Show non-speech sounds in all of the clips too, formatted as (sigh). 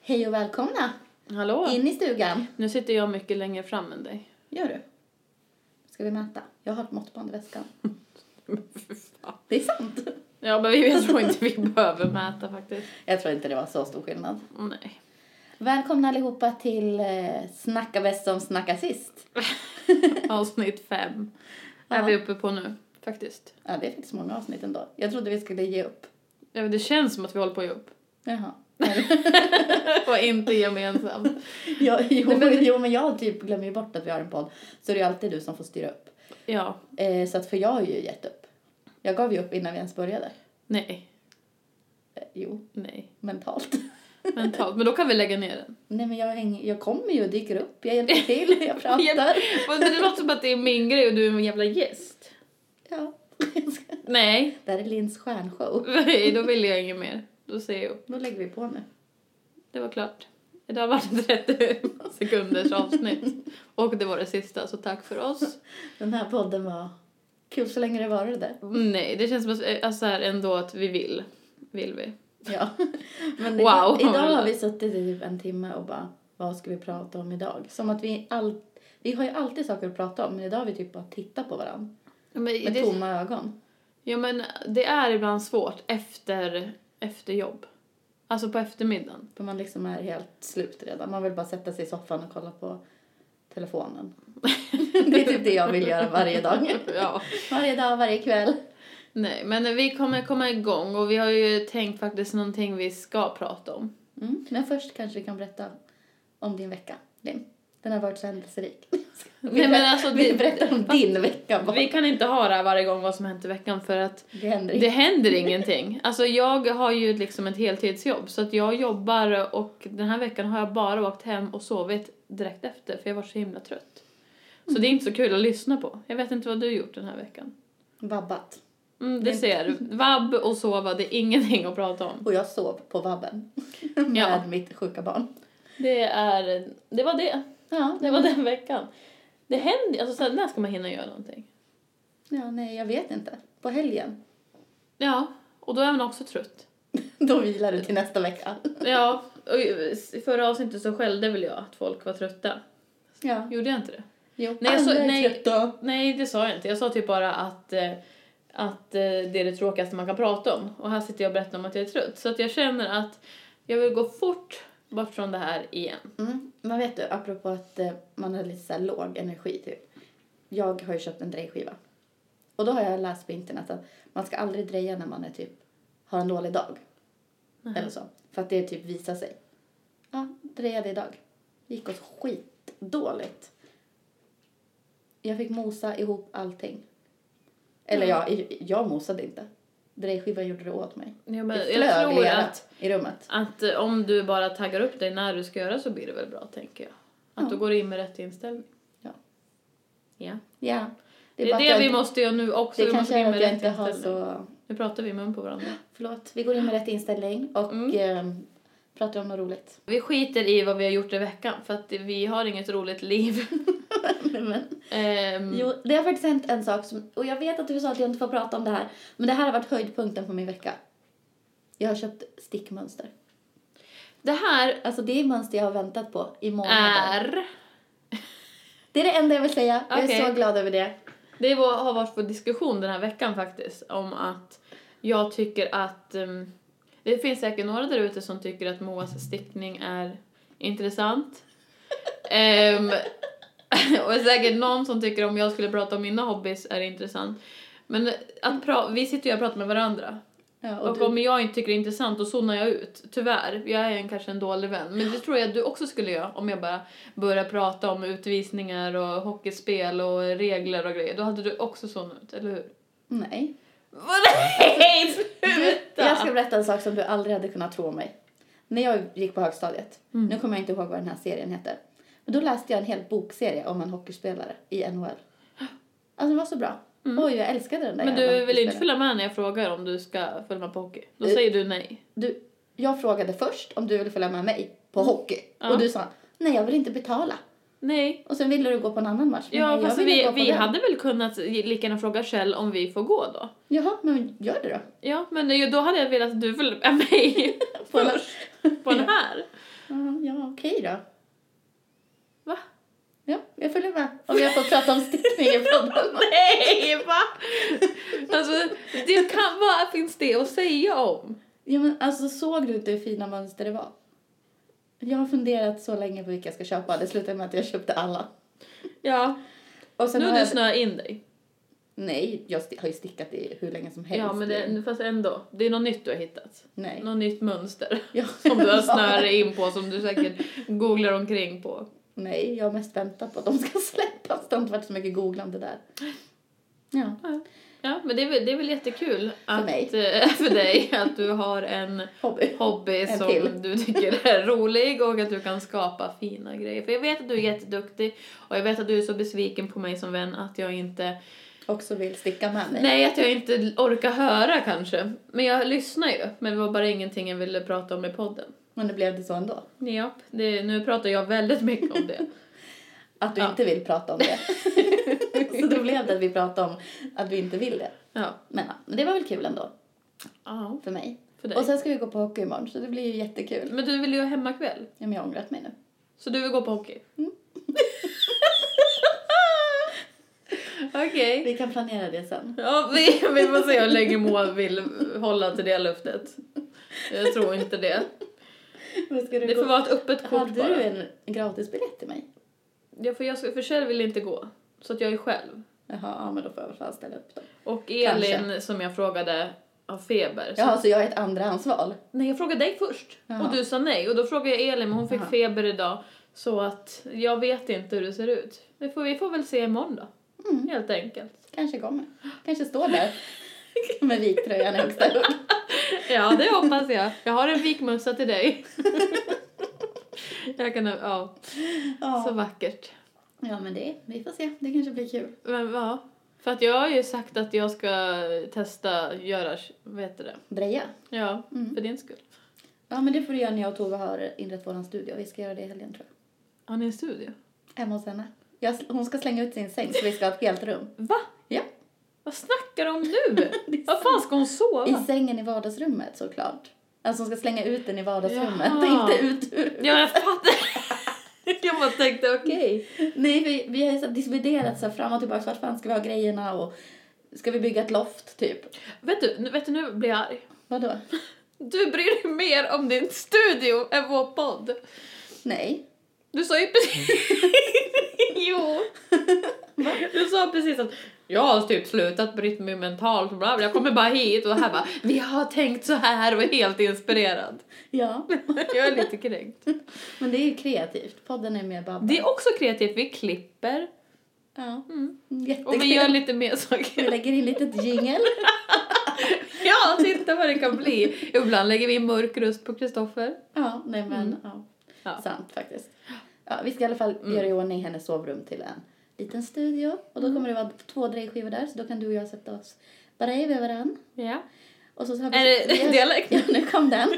Hej och välkomna Hallå! in i stugan. Nu sitter jag mycket längre fram (laughs) än dig. Gör du? Ska vi mäta? Jag har ett måttband i väskan. Det är sant. (laughs) Ja, men jag tror inte vi behöver mäta faktiskt. Jag tror inte det var så stor skillnad. Nej. Välkomna allihopa till eh, Snacka bäst som snackar sist. Avsnitt fem är Ja. vi uppe på nu, faktiskt. Ja, det är faktiskt många avsnitt ändå. Jag trodde vi skulle ge upp. Ja, men Det känns som att vi håller på att (laughs) ge upp. Jaha. Och inte gemensamt. Ja, jo, Nej, men- jo, men jag typ glömmer ju bort att vi har en podd. Så det är ju alltid du som får styra upp. Ja, Eh, så att för jag har ju gett upp. Jag gav ju upp innan vi ens började. nej, Eh, jo, nej. mentalt. (laughs) Mentalt. Men då kan vi lägga ner den. Nej men jag, hänger, jag kommer ju och dyker upp, jag (laughs) hjälper till, jag pratar. Hjälp. (laughs) Men det låter som att det är min grej och du är en jävla gäst. Ja. (laughs) Nej, Det här är Linns stjärnshow. nej, då vill jag inget mer. Då säger jag upp. Då lägger vi på nu. Det var klart. Idag var det 30 sekunders avsnitt. Och det var det sista, så tack för oss. Den här podden var kul så länge det varade. Nej, det känns som att, alltså så här ändå att vi vill. Vill vi. Ja. (laughs) Men Wow. idag, idag har vi suttit i typ en timme och bara, vad ska vi prata om idag? Som att vi all, vi har ju alltid saker att prata om men idag har vi typ bara tittat på varandra. Men Med det, tomma ögon. ja, men det är ibland svårt efter, efter jobb. Alltså på eftermiddagen. För man liksom är helt slut redan. Man vill bara sätta sig i soffan och kolla på telefonen. (laughs) det är typ det jag vill göra varje dag. (laughs) Ja. Varje dag, varje kväll. Nej, men vi kommer komma igång och vi har ju tänkt faktiskt någonting vi ska prata om. Mm. Men först kanske vi kan berätta om din vecka, Linn. Den har varit så händelserik. (laughs) Nej, men alltså, vi det- berättar (laughs) om din vecka bara. Vi kan inte ha det här varje gång vad som hänt i veckan för att Det händer Det inte. händer ingenting. Alltså jag har ju liksom ett heltidsjobb så att jag jobbar och den här veckan har jag bara åkt hem och sovit direkt efter för jag var så himla trött. Så det är inte så kul att lyssna på. Jag vet inte vad du gjort den här veckan. Vabbat. Mm, det ser. Vabb och sova, det är ingenting att prata om. Och jag sov på vabben. Med (laughs) Ja. mitt sjuka barn. Det är, det var det. Ja, Det var den veckan. Det händer, alltså så här, när ska man hinna göra någonting? ja, nej, jag vet inte. På helgen. (laughs) Ja, och då är man också trött. Då vilar du till nästa vecka. Ja, och i förra avsnittet så skällde väl jag att folk var trötta. Ja. Gjorde jag inte det? Jo, Nej, jag så- alla är nej. trötta. Nej, det sa jag inte. Jag sa typ bara att, eh, att eh, det är det tråkigaste man kan prata om. Och här sitter jag och berättar om att jag är trött. Så att jag känner att jag vill gå fort bort från det här igen. Mm. Men vet du, apropå att eh, man har lite så här låg energi typ. Jag har ju köpt en drejskiva. Och då har jag läst på internet att man ska aldrig dreja när man är typ, har en dålig dag. Eller så. För att det typ visar sig. Ja, drejade idag. Gick åt skitdåligt. Jag fick mosa ihop allting. Eller Ja. jag, jag mosade inte. Drejskivan gjorde det åt mig. Ja, Det men jag flög tror lera att, i rummet. att eh, om du bara taggar upp dig när du ska göra så blir det väl bra, tänker jag. Att Ja. du går in med rätt inställning. Ja. Ja. Ja. Det är bara det, att jag- vi måste göra nu också. Det vi måste kanske gå är in att med jag rätt inte har inställning. så... Nu pratar vi i mun på varandra. Förlåt, vi går in med rätt inställning och Mm. eh, pratar om något (laughs) roligt. Vi skiter i vad vi har gjort i veckan för att vi har inget roligt liv. (laughs) Men, Ehm, Mm. jo, det har faktiskt hänt en sak som, och jag vet att du sa att jag inte får prata om det här, men det här har varit höjdpunkten på min vecka. Jag har köpt stickmönster. Det här Alltså det är mönster jag har väntat på i månader. är... Det är det enda jag vill säga. Jag Okej. är så glad över det. Det var, har varit på diskussion den här veckan faktiskt om att jag tycker att ehm, det finns säkert några där ute som tycker att Moas stickning är intressant. Ehm, (laughs) och säkert någon som tycker om jag skulle prata om mina hobbys är intressant. Men att pra- vi sitter ju och pratar med varandra. Ja, Och, och du, om jag inte tycker det är intressant då zonar jag ut. Tyvärr, jag är en, kanske en dålig vän. Men det tror jag att du också skulle göra om jag bara började prata om utvisningar och hockeyspel och regler och grejer. Då hade du också zonat ut, eller hur? nej. (laughs) Nej, Du, sluta! jag ska berätta en sak som du aldrig hade kunnat tro mig. När jag gick på högstadiet, Mm. nu kommer jag inte ihåg vad den här serien heter, men då läste jag en hel bokserie om en hockeyspelare i NHL. Alltså den var så bra. Mm. Oj, jag älskade den där Men jävla du vill inte hockeyspelaren. följa med när jag frågar om du ska följa med på hockey? Då Eh. säger du nej. Du, jag frågade först om du ville följa med mig på hockey. Mm. Ja. Och du sa, nej jag vill inte betala. Nej. Och sen ville du gå på en annan match. Men nej, Ja, jag fast ville vi, gå på vi den. hade väl kunnat lika gärna fråga Kjell om vi får gå då? Jaha, men gör det då. Ja, men då hade jag velat att du följde med mig På en- först (laughs) på den här. Ja, Okej då. Va? Ja, jag följer med. Om jag får prata om stickning i podden. Nej, va? Alltså, det kan, vad finns det att säga om? Ja, men alltså såg du inte hur fina mönster det var? Jag har funderat så länge på vilka jag ska köpa. Det slutade med att jag köpte alla. Ja, Och sen nu har har du jag... snöat in dig. Nej, jag sti- har ju stickat i hur länge som helst. Ja, men det, fast ändå. Det är något nytt du har hittat. Nej. Något nytt mönster (laughs) Ja. som du har snöat dig in på som du säkert googlar omkring på. (laughs) Nej, jag har mest väntat på att de ska (laughs) släppas. Det har inte varit så mycket googlande där. Ja. Ja, men det är väl, det är väl jättekul att, mig. eh, (laughs) för dig att du har en Hobby. hobby En som till. du tycker är rolig och att du kan skapa fina grejer. För jag vet att du är jätteduktig och jag vet att du är så besviken på mig som vän att jag inte Också vill sticka med mig. Nej, att jag inte orkar höra kanske. Men jag lyssnar ju. Men det var bara ingenting jag ville prata om i podden. Men det blev det så ändå. Japp, det, nu pratar jag väldigt mycket om det. Att du Ja. inte vill prata om (laughs) det. (laughs) så då blev det att vi pratade om att vi inte vill det. Ja. Men, (laughs) ja, men det var väl kul ändå. Ja, För mig. för Och dig. sen ska vi gå på hockey imorgon så det blir ju jättekul. Men du vill ju ha hemmakväll. Ja, men jag har ångrat mig nu. Så du vill gå på hockey? Mm. (laughs) Okej. Vi kan planera det (laughs) sen. Ja, vi, vi får se hur länge Moa vill hålla till det löftet. Jag tror inte det. Vad ska du Det får gå- vara ett öppet kort Hade du bara. en gratisbiljett till mig? Ja, för jag ska, för Kjell vill inte gå. Så att jag är själv. Jaha, ja, men då får jag väl fan ställa upp då. Och Elin, som jag frågade, har feber. Så Jaha, så alltså, jag är ett andrahandsval? Nej, jag frågade dig först Jaha. och du sa nej. Och då frågade jag Elin, men hon fick Jaha. feber idag. Så att jag vet inte hur det ser ut. Vi får, vi får väl se imorgon då, Mm, helt enkelt. kanske kommer. Kanske står (laughs) där med viktröjan i högsta hugg. Ja, det hoppas jag. (laughs) Jag har en vikmössa (laughs) till dig. Jag kan, ja, så Ja. vackert. ja, men det, vi får se. Det kanske blir kul. Men ja, för att jag har ju sagt att jag ska testa göra, vad heter det? Dreja. Ja, Mm. för din skull. Ja, men det får du göra när jag och Tove har inrett vår studio. Vi ska göra det i helgen tror Har ni en studio? jag. Hemma hos henne. Jag, hon ska slänga ut sin säng så vi ska ha ett helt rum. Va? Ja. Vad snackar du om nu? (laughs) Det är Vad fan ska hon sova? I sängen i vardagsrummet såklart. Alltså hon ska slänga ut den i vardagsrummet, Jaha. (laughs) inte ut ur... Ja, jag fattar. (laughs) jag bara tänkte, okej. Nej, vi, vi har ju så här dividerat så här fram och tillbaka, vart fan ska vi ha grejerna och ska vi bygga ett loft typ? Vet, du, nu- vet du, nu blir jag arg. Vadå? Du bryr dig mer om din studio än vår podd. Nej. Du sa ju precis... (laughs) jo. Du sa precis att jag har typ slutat bryta mig mentalt, bla bla. jag kommer bara hit och här bara vi har tänkt så här och är helt inspirerad. Ja, Jag är lite kränkt. men det är ju kreativt. Podden är mer babbel. Det är också kreativt, vi klipper Ja. Mm. Jättekul. och vi gör lite mer saker. Vi lägger in litet jingel. (laughs) Ja, titta vad det kan bli. Ibland lägger vi in mörk röst på Kristoffer. Ja, nej men ja. Mm. Ja. Mm. Sant faktiskt. Ja, vi ska i alla fall göra i ordning hennes sovrum till en liten studio. Och då kommer det vara två drejskivor där så då kan du och jag sätta oss bredvid varann. Ja. Och så, så har vi, Är det vi har- dialekt? Ja, nu kom den.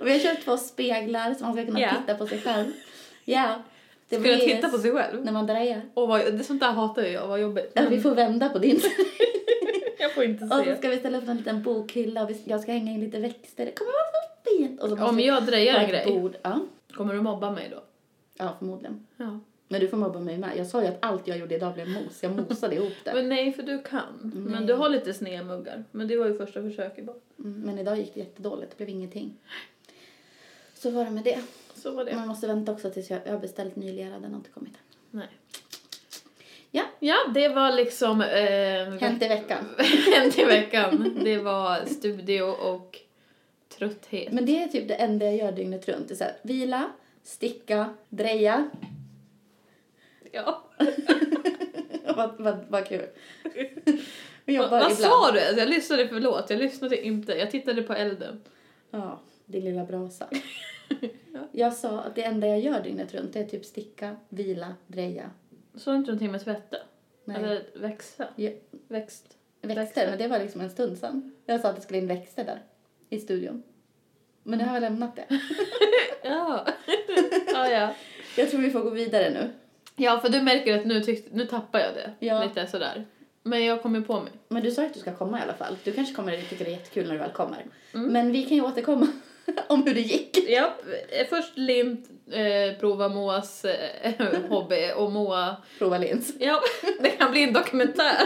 Och vi har köpt två speglar så man ska kunna Ja. titta på sig själv. Ja. Det Kunna titta på sig själv. När man drejar. Och vad, det sånt där hatar ju jag, vad jobbigt. Ja, vi får vända på (laughs) din. Jag får inte Och så Mm. se. ska vi ställa upp en liten bokhylla och vi, jag ska hänga in lite växter. Det kommer vara så fint! Och så måste Om vi jag drejar ha en ett grej, Bord. Ja. kommer du mobba mig då? ja, förmodligen. Ja. Men du får mobba mig med. Jag sa ju att allt jag gjorde idag blev mos. Jag mosade ihop det. Men nej, för du kan. Men du har lite sneda muggar. Men det var ju första försöket bara. Mm, Men idag gick det jättedåligt. Det blev ingenting. Så var det med det. Så var det. Man måste vänta också tills jag, jag har beställt nylerad. Den har inte kommit än. Nej. Ja. Ja, det var liksom... Eh, Hänt i veckan. (laughs) Hänt i veckan. Det var studio och trötthet. Men det är typ det enda jag gör dygnet runt. Det är så här, vila, sticka, dreja. (laughs) Ja. vad, vad, vad kul. (laughs) Jag Vad, jobbar vad ibland. sa du? Alltså, jag lyssnade, förlåt. Jag lyssnade inte. Jag tittade på elden. Ja, din lilla (laughs) brasa. Jag sa att det enda jag gör dygnet runt det är typ sticka, vila, dreja. Såg inte någonting med tvätta? Nej. Eller växa? Ja. Växt? växter, växter. men det var liksom en stund sedan. Jag sa att det skulle in växter där, i studion. Men nu har jag lämnat det. Ja. (laughs) ja, ja. (laughs) Jag tror vi får gå vidare nu. Ja, för du märker att nu, tyckte, nu tappar jag det. Ja. Lite sådär. Men jag kommer på mig. Men du sa att du ska Mm. komma i alla fall. Du kanske kommer att tycka det är jättekul när du väl kommer. Men vi kan ju återkomma (laughs) om hur det gick. japp. Eh, Först limt, eh, prova Moas eh, (laughs) hobby och Moa... Prova lins. Ja, det kan bli en (laughs) dokumentär.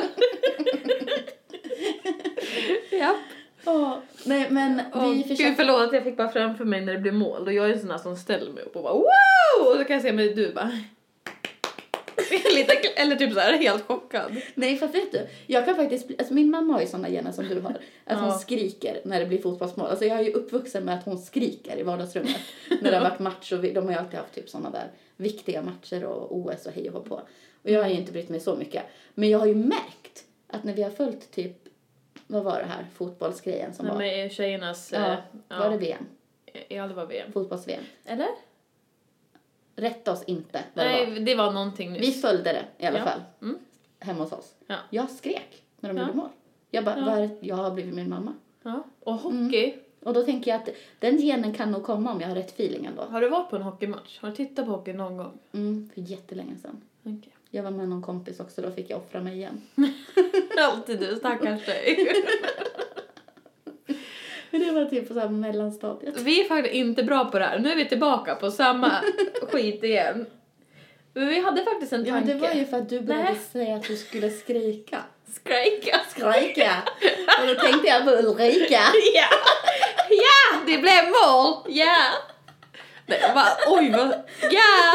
japp. Ja, nej men Åh, vi Gud försöker... förlåt, jag fick bara framför mig när det blir mål och jag är en sån här som ställer mig upp och bara wow! Och då kan jag se mig du bara... (laughs) Lite, kl- eller typ så här helt chockad. Nej för vet du, jag kan faktiskt bli... alltså, min mamma har ju såna gener som du har. Att Ja. hon skriker när det blir fotbollsmål. Alltså jag är ju uppvuxen med att hon skriker i vardagsrummet. när det har varit match och vi... de har ju alltid haft typ såna där viktiga matcher och OS och hej och hå på. Och jag har ju inte brytt mig så mycket. Men jag har ju märkt att när vi har följt typ, vad var det här, fotbollsgrejen som När var? med tjejernas... Ja, eh, var det VM? Ja, det var VM. Fotbolls-VM? Eller? Rätta oss inte vad det var. Nej, det var någonting nyss. Vi följde det i alla Ja. fall. Mm. Hemma hos oss. Ja. Jag skrek när de Ja. gjorde mål. Jag bara, Ja. vad är det? jag har blivit min mamma. Ja. Och hockey. Och då tänker jag att den genen kan nog komma om jag har rätt feeling ändå. Har du varit på en hockeymatch? Har du tittat på hockey någon gång? Mm, för jättelänge sedan. Okej. Jag var med någon kompis också, då fick jag offra mig igen. (laughs) (laughs) Alltid du, stackars dig. (laughs) Men det var typ på så här mellanstadiet. Vi är faktiskt inte bra på det här. Nu är vi tillbaka på samma (laughs) skit igen. Men vi hade faktiskt en Ja, men tanke. det var ju för att du började Nej. säga att du skulle skrika. Skrika. Skrika! (laughs) Och då tänkte jag på Ulrika. Ja! Ja! Det blev mål! Ja! Nej, jag bara, oj vad... Ja!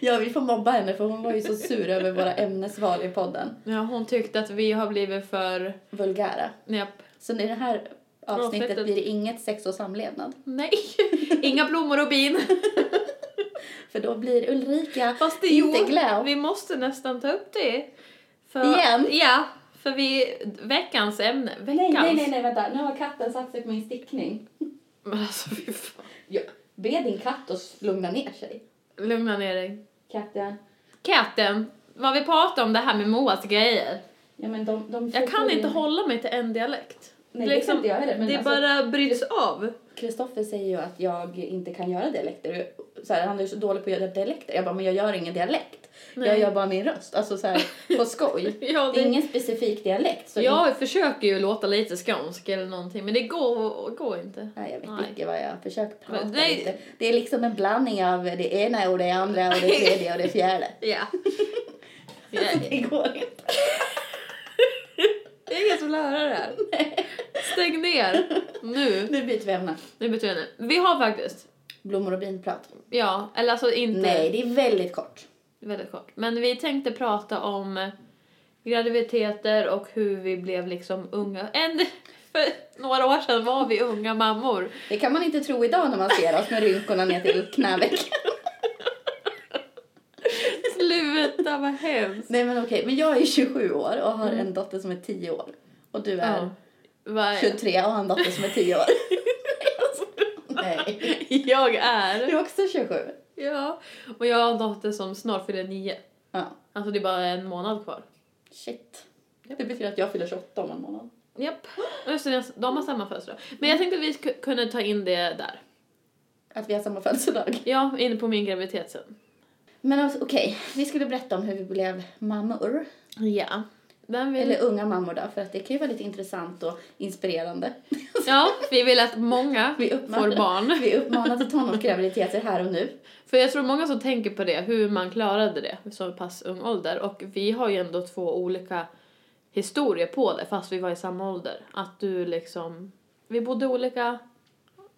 Ja, vi får mobba henne för hon var ju så sur över våra ämnesval i podden. ja! Hon tyckte att vi har blivit för... Vulgära. Japp. Så i det här avsnittet Avsnittet. blir det inget sex och samlevnad. Nej! (laughs) Inga blommor och bin. För då blir Ulrika Fast det, inte jo, glad. vi måste nästan ta upp det. För, Igen? Ja, för vi... Veckans ämne. Veckans. Nej, nej, nej, nej, vänta. Nu har katten satt sig på min stickning. Men alltså fy fan. Ja. Be din katt att lugna ner sig. Lugna ner dig. Katten. Katten, vad vi pratar om det här med Moas grejer. Ja, men de, de Jag kan inte hålla mig till en dialekt. Liksom, Nej, det kan inte jag heller, men det alltså- bara bryts av. Kristoffer säger ju att jag inte kan göra dialekter. Så här, han är ju så dålig på att göra dialekter. Jag bara, men jag gör ingen dialekt. Nej. Jag gör bara min röst. Alltså så här, på skoj. (laughs) Ja, det- Ingen specifik dialekt. Så Jag försöker ju låta lite skånsk eller någonting, men det går, går inte. Nej, jag vet Nej. inte vad jag försöker prata Men det- lite. Det är liksom en blandning av det ena och det andra och det tredje och det fjärde. Ja. (laughs) ja. (laughs) Det går inte. Det är ingen som lärare (laughs) här. Stäng ner. Nu. Nu byter vi ämne. Nu byter jag ämne. Vi har faktiskt, Blommor och binprat. ja, eller alltså inte Nej, det är väldigt kort. väldigt kort, men vi tänkte prata om graviditeter och hur vi blev liksom unga. En, för några år sedan var vi unga mammor. Det kan man inte tro idag när man ser oss med rynkorna ner till (laughs) knäveck. Sluta, vad hemskt. Nej men okej, men jag är 27 år och har en dotter som är 10 år. Och du är Mm. Ja. Vad- 23 och har en dotter som är 10 år. Nej. (laughs) Jag Du är. är också 27. Ja. Och jag har en dotter som snart fyller nio. Ja. Alltså det är bara en månad kvar. Shit. Det betyder att jag fyller 28 om en månad. Japp. Och Just det, de har samma födelsedag. Men jag tänkte att vi sk- kunde ta in det där. Att vi har samma födelsedag. Ja, inne på min graviditet sen. Men alltså, okej, vi skulle berätta om hur vi blev mammor. Ja. Vem vill... Eller unga mammor då, för att det kan ju vara lite intressant och inspirerande. Ja, vi vill att många Vi (laughs) får uppmanar- barn. Vi uppmanar till tonårsgraviditeter här och nu. För jag tror många som tänker på det, hur man klarade det vid så pass ung ålder. Och vi har ju ändå två olika historier på det, fast vi var i samma ålder. Att du liksom, vi bodde olika,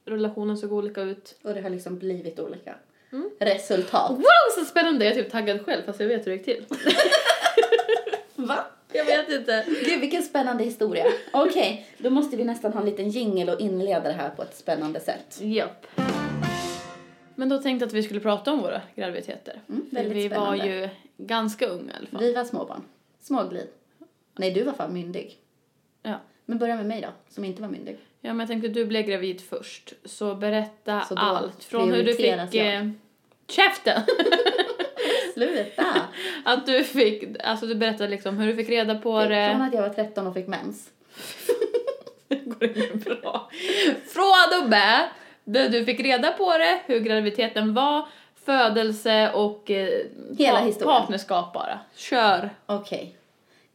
relationen såg olika ut. Och det har liksom blivit olika resultat. Wow, så spännande! Jag är typ taggad själv, fast jag vet hur det gick till. Va? Jag vet inte. Gud, vilken spännande historia. Okej, då måste vi nästan ha en liten jingle och inleda det här på ett spännande sätt. Japp. Men då tänkte jag att vi skulle prata om våra graviditeter. Mm, För väldigt vi var spännande. ju ganska unga i alla fall. Vi var småbarn. Småglid. Nej, du var fan myndig. Ja. Men börja med mig då, som inte var myndig. Ja, men jag tänkte du blev gravid först, så berätta Så då allt. Från hur du prioriteras fick... jag. Eh, käften! (laughs) Sluta! att du fick... Alltså du berättade liksom hur du fick reda på Från det. att jag var 13 och fick mens. Det går inget bra. Från och med där du fick reda på det, hur graviditeten var, födelse och... Eh, Hela pa- historien. Partnerskap bara. Kör! Okej.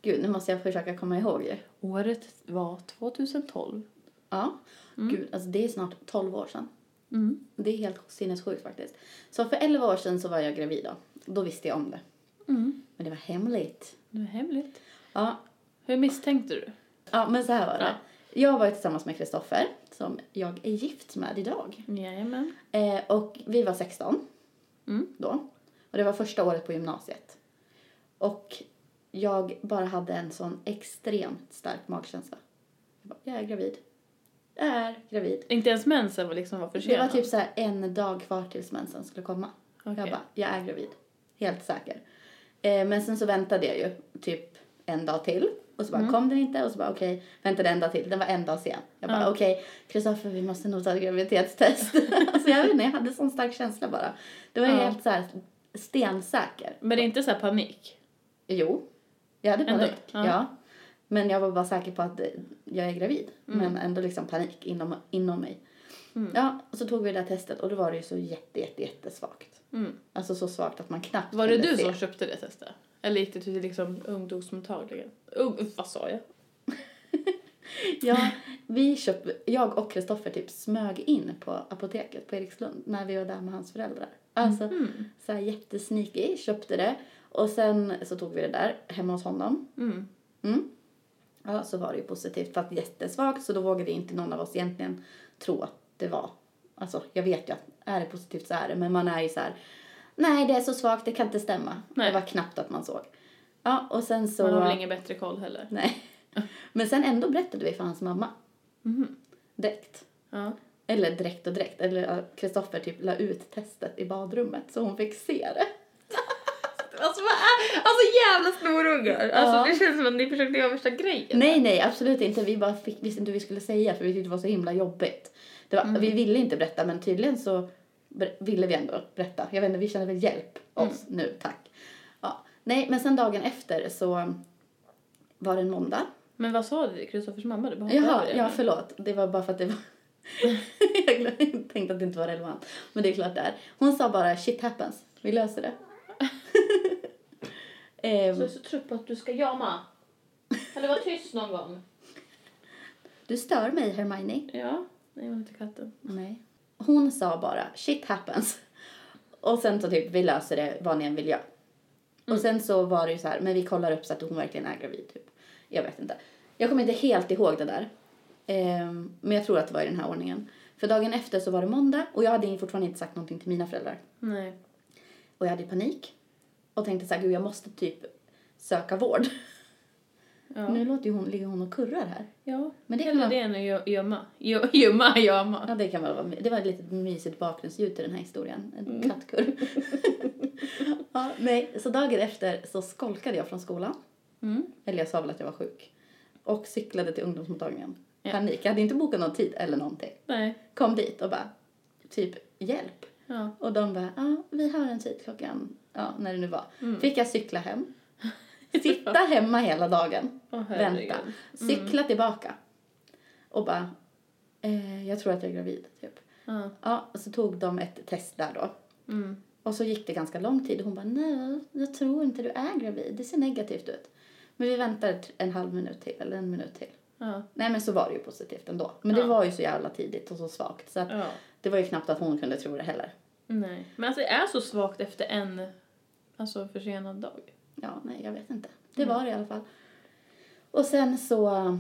Gud, nu måste jag försöka komma ihåg det. Året var 2012. Ja. Gud, alltså det är snart 12 år sedan. Mm. Det är helt sinnessjukt faktiskt. Så för 11 år sedan så var jag gravid då. Då visste jag om det. Mm. Men det var hemligt. Det är hemligt. Ja, Hur misstänkte du? ja men så här var det. Jag var ju tillsammans med Kristoffer som jag är gift med idag. Jajamän. Eh, och vi var 16 Mm. då. Och det var första året på gymnasiet. Och jag bara hade en sån extremt stark magkänsla. Jag, bara, jag är gravid. Jag är gravid. Inte ens mensen var liksom var Det var försenad. typ så här en dag kvar tills mensen skulle komma. Okej. Jag bara, jag är gravid. Helt säker. Eh, men sen så väntade jag ju typ en dag till. Och så Mm. bara, kom den inte? Och så bara, okej, väntade en dag till. Den var en dag sen. Jag bara, Ja. okej, Kristoffer vi måste nog ta ett graviditetstest. (laughs) så jag vet inte, jag hade sån stark känsla bara. Det var Ja. helt så här stensäker. Men det är inte så här panik. Jo, jag hade Ändå, panik. ja. Ja. Men jag var bara säker på att eh, jag är gravid. Mm. Men ändå liksom panik inom, inom mig. Ja, och så tog vi det där testet och då var det ju så jätte, jätte, jättesvagt. Mm. Alltså så svagt att man knappt Var det kunde du se. som köpte det testet? Eller gick det till liksom ungdomsmottagningen? Ung, vad sa jag? (laughs) Ja, vi köpt, jag och Kristoffer typ smög in på apoteket på Erikslund när vi var där med hans föräldrar. Alltså Mm. så här jättesneaky, köpte det och sen så tog vi det där hemma hos honom. Mm. Mm. Ja, så var det ju positivt fast jättesvagt så då vågade inte någon av oss egentligen tro att det var. Alltså jag vet ju att är det positivt så är det men man är ju så här nej det är så svagt det kan inte stämma. Nej. Det var knappt att man såg. Ja och sen så. Man har väl ingen bättre koll heller? Nej. Men sen ändå berättade vi för hans mamma. Direkt. Ja. Eller direkt och direkt. Eller ja, Kristoffer typ la ut testet i badrummet så hon fick se det. Alltså, vad är, alltså jävla snorungar! Alltså Ja. det känns som att ni försökte göra värsta grejen. Nej, nej, absolut inte. Vi bara fick, visste inte hur vi skulle säga för vi tyckte det var så himla jobbigt. Det var, Vi ville inte berätta men tydligen så ber- ville vi ändå berätta. Jag vet inte, vi känner väl hjälp oss nu, tack. Ja. Nej, men sen dagen efter så var det en måndag. Men vad sa du till Kristoffers mamma? Du bara hoppade Jaha, över det. ja förlåt. Det var bara för att det var... (laughs) jag glöm- tänkte att det inte var relevant. Men det är klart det är. Hon sa bara shit happens. Vi löser det. Ehm, Jag är så trött på att du ska jama. Kan du vara tyst någon gång? du stör mig Hermione. Ja. Nej, men inte katten. Nej. Hon sa bara shit happens. Och sen så typ vi löser det vad ni än vill göra. Och sen så var det ju så här, men vi kollar upp så att hon verkligen är gravid typ. Jag vet inte. Jag kommer inte helt ihåg det där. Ehm, men jag tror att det var i den här ordningen. För dagen efter så var det måndag och jag hade fortfarande inte sagt någonting till mina föräldrar. Nej. Och jag hade panik. Och tänkte så här, gud jag måste typ söka vård. Ja. Nu låter ju hon, ligger hon och kurrar här. ja. Men det kan Hellre man- det än att gö- gömma. Gö- (laughs) Gömma, gömma. Ja, det kan väl vara, my- det var ett litet mysigt bakgrundsljud till den här historien. En kattkurr. (laughs) ja, nej, så dagen efter så skolkade jag från skolan. Mm. Eller jag sa väl att jag var sjuk. Och cyklade till ungdomsmottagningen. Ja. Panik, jag hade inte bokat någon tid eller någonting. Nej. Kom dit och bara, typ hjälp. Ja. Och de bara, ja vi har en tid klockan, ja när det nu var. Fick jag cykla hem. Sitta hemma hela dagen. Åh, herregud. vänta. Cykla tillbaka. Och bara, eh, jag tror att jag är gravid typ. Ja. Ja, och så tog de ett test där då. Mm. Och så gick det ganska lång tid och hon bara nej, jag tror inte du är gravid, det ser negativt ut. Men vi väntade t- en halv minut till eller en minut till. Ja. Nej men så var det ju positivt ändå. Men Ja. det var ju så jävla tidigt och så svagt så att Ja. det var ju knappt att hon kunde tro det heller. Nej. Men alltså det är så svagt efter en alltså, försenad dag. Ja, nej jag vet inte. Det Mm. var det i alla fall. Och sen så äh,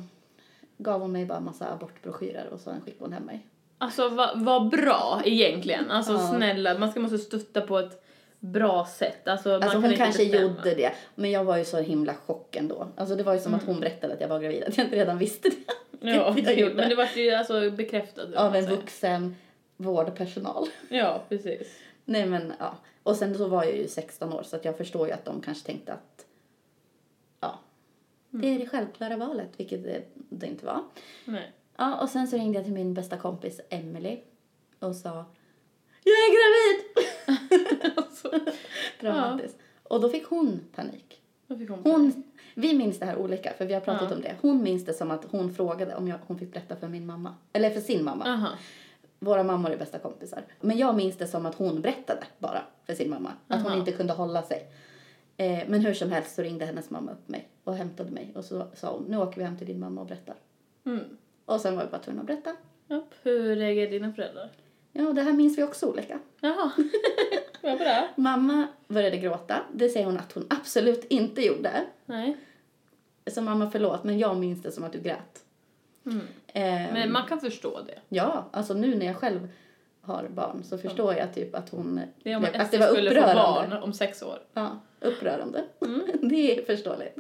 gav hon mig bara massa abortbroschyrer och sen skickade hon hem mig. Alltså vad vad bra egentligen. Alltså Ja. snälla, man ska måste stötta på ett bra sätt. Alltså, man Alltså kan hon inte kanske bestämma. gjorde det. Men jag var ju så himla chock ändå. Alltså det var ju som Mm. att hon berättade att jag var gravid, att jag inte redan visste det. Ja, jag gjorde. men det var ju alltså bekräftat. vill Av man en säga. vuxen vårdpersonal. (laughs) Ja, precis. Nej men ja. Och sen så var jag ju 16 år så att jag förstår ju att de kanske tänkte att ja, det är det självklara valet, vilket det, det inte var. Nej. (laughs) Ja, och sen så ringde jag till min bästa kompis Emily och sa Jag är gravid! (laughs) alltså, Dramatiskt. Och då fick hon panik. då fick hon... Hon, vi minns det här olika, för vi har pratat Ja. om det. Hon minns det som att hon frågade om jag, hon fick berätta för min mamma. Eller för sin mamma. Aha. Våra mammor är bästa kompisar. Men jag minns det som att hon berättade bara för sin mamma. Att hon Aha. inte kunde hålla sig. Eh, men hur som helst så ringde hennes mamma upp mig och hämtade mig. Och så sa hon, nu åker vi hem till din mamma och berättar. Mm. Och sen var jag bara tvungen att berätta. Japp. Hur reagerade dina föräldrar? Ja, det här minns vi också olika. Jaha, (laughs) vad bra. Mamma började gråta. Det säger hon att hon absolut inte gjorde. Nej. Så mamma, förlåt, men jag minns det som att du grät. Mm. Ehm, Men man kan förstå det. Ja, alltså nu när jag själv har barn så förstår jag typ att hon... Det är om att Ester det var skulle få upprörande. barn om sex år. Ja, upprörande. Mm. (laughs) det är förståeligt.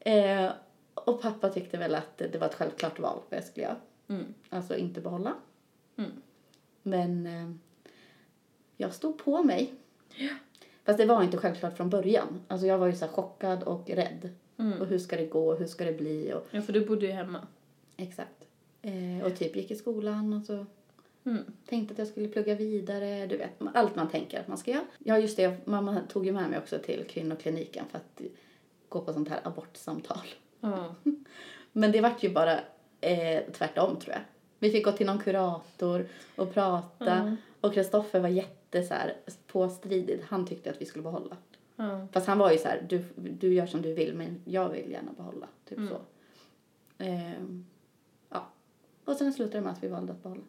Eh, och pappa tyckte väl att det var ett självklart val vad jag skulle göra. Mm. Alltså inte behålla. Mm. Men eh, jag stod på mig. Fast det var inte självklart från början. Alltså jag var ju så här chockad och rädd. Mm. Och hur ska det gå? Hur ska det bli? Och, Ja, för du bodde ju hemma. exakt. Eh, och typ gick i skolan och så Mm. Tänkte att jag skulle plugga vidare, du vet. Allt man tänker att man ska göra. Ja, just det. Mamma tog ju med mig också till kvinnokliniken för att gå på sånt här abortsamtal. Ja. Men det vart ju bara eh, tvärtom, tror jag. Vi fick gå till någon kurator och prata. Mm. Och Kristoffer var jätte så här, påstridig. Han tyckte att vi skulle behålla. Ja. Fast han var ju så här, du, du gör som du vill men jag vill gärna behålla. Typ Mm. så. Ehm, ja. Och sen slutade det med att vi valde att behålla.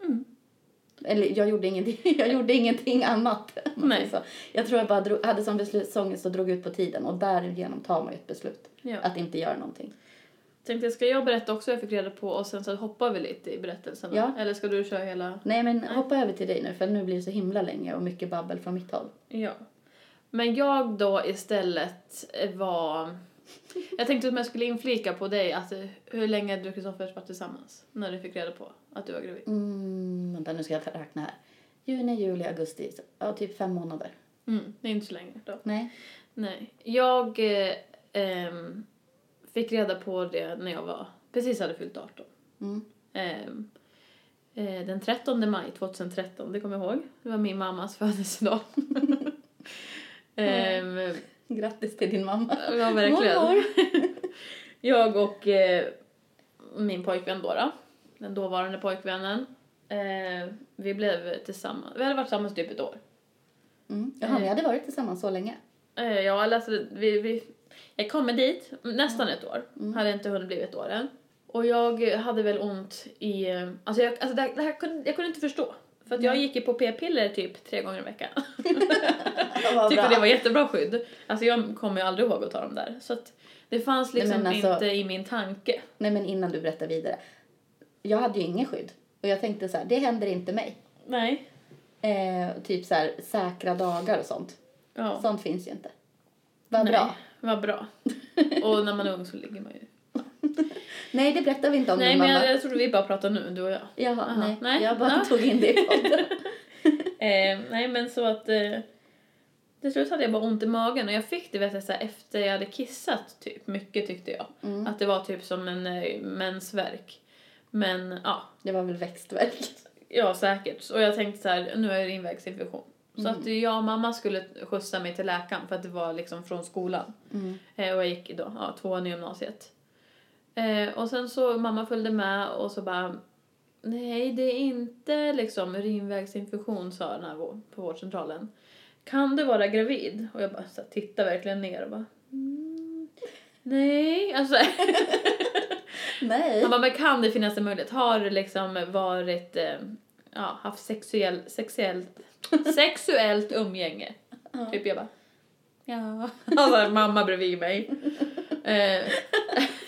Mm. Eller jag gjorde ingenting, (laughs) jag gjorde ingenting annat. (laughs) om man Nej. säger Så. Jag tror jag bara drog, hade som beslutsångest och drog ut på tiden och därigenom tar man ju ett beslut. ja. Att inte göra någonting. Tänkte jag, ska jag berätta också vad jag fick reda på och sen så hoppar vi lite i berättelsen? Ja. Eller ska du köra hela? Nej men hoppa över till dig nu för nu blir det så himla länge och mycket babbel från mitt håll. Ja. Men jag då istället var... Jag tänkte att jag skulle inflika på dig att eh, hur länge du och Kristoffer var tillsammans när du fick reda på att du var gravid. Mm, vänta nu ska jag räkna här. Juni, juli, augusti. så- Ja, typ fem månader. Mm, det är inte så länge då. Nej. Nej. Jag eh, ehm, fick reda på det när jag var precis hade fyllt 18. Mm. Ehm, eh, den 13 maj 2013, det kommer jag ihåg. Det var min mammas (laughs) födelsedag. Ehm, Grattis till din mamma. Ja, verkligen. Mormor. jag och eh, min pojkvän då, då, den dåvarande pojkvännen, eh, vi blev tillsammans. Vi hade varit tillsammans typ ett år. Mm. Jaha, ni hade varit tillsammans så (laughs) länge? Eh, ja, eller alltså, vi, vi, jag kommer dit, nästan Mm. ett år. Hade inte hunnit blivit ett år än. Och jag hade väl ont i... eh, Alltså jag, alltså det, här- det här kunde, jag kunde inte förstå. För att jag gick ju på p-piller typ tre gånger i veckan. (laughs) Vad Tyckte bra. det var jättebra skydd. Alltså jag kommer ju aldrig ihåg att ta dem där. Så att det fanns Nej, liksom men alltså- inte i min tanke. Nej, men innan du berättar vidare. Jag hade ju ingen skydd. Och jag tänkte så här, det händer inte mig. Nej. Eh, typ så här, säkra dagar och sånt. Ja. Sånt finns ju inte. Vad Nej, bra. (laughs) Vad bra. Och när man är ung så ligger man ju... Nej, det berättar vi inte om Nej din men mamma. jag, jag trodde vi bara pratar nu, du och jag. Jaha, Aha, nej. nej. Jag bara Ja. tog in det (laughs) i podden. Eh, nej men så att... Eh, till slut hade jag bara ont i magen och jag fick det vet jag, så här, efter jag hade kissat typ mycket tyckte jag. Mm. Att det var typ som en eh, mensvärk. Men ja, Det var väl växtverk. ja säkert. Och jag tänkte så här, nu är det invägsinfektion. Så Mm. att jag och mamma skulle skjutsa mig till läkaren för att det var liksom från skolan. Mm. Eh, och jag gick då, ja, tvåan i gymnasiet. Eh, och sen så mamma följde med och så bara Nej, det är inte liksom urinvägsinfektion sa den här vår- på vårdcentralen. Kan du vara gravid? Och jag bara så här, tittar verkligen ner och bara mm, Nej, alltså (laughs) Nej. man bara, men kan det finnas en möjlighet? Har du liksom varit, eh, ja, haft sexuell, sexuellt, sexuellt umgänge? Ja. Typ jag bara, ja. (laughs) Alltså mamma bredvid mig. Eh,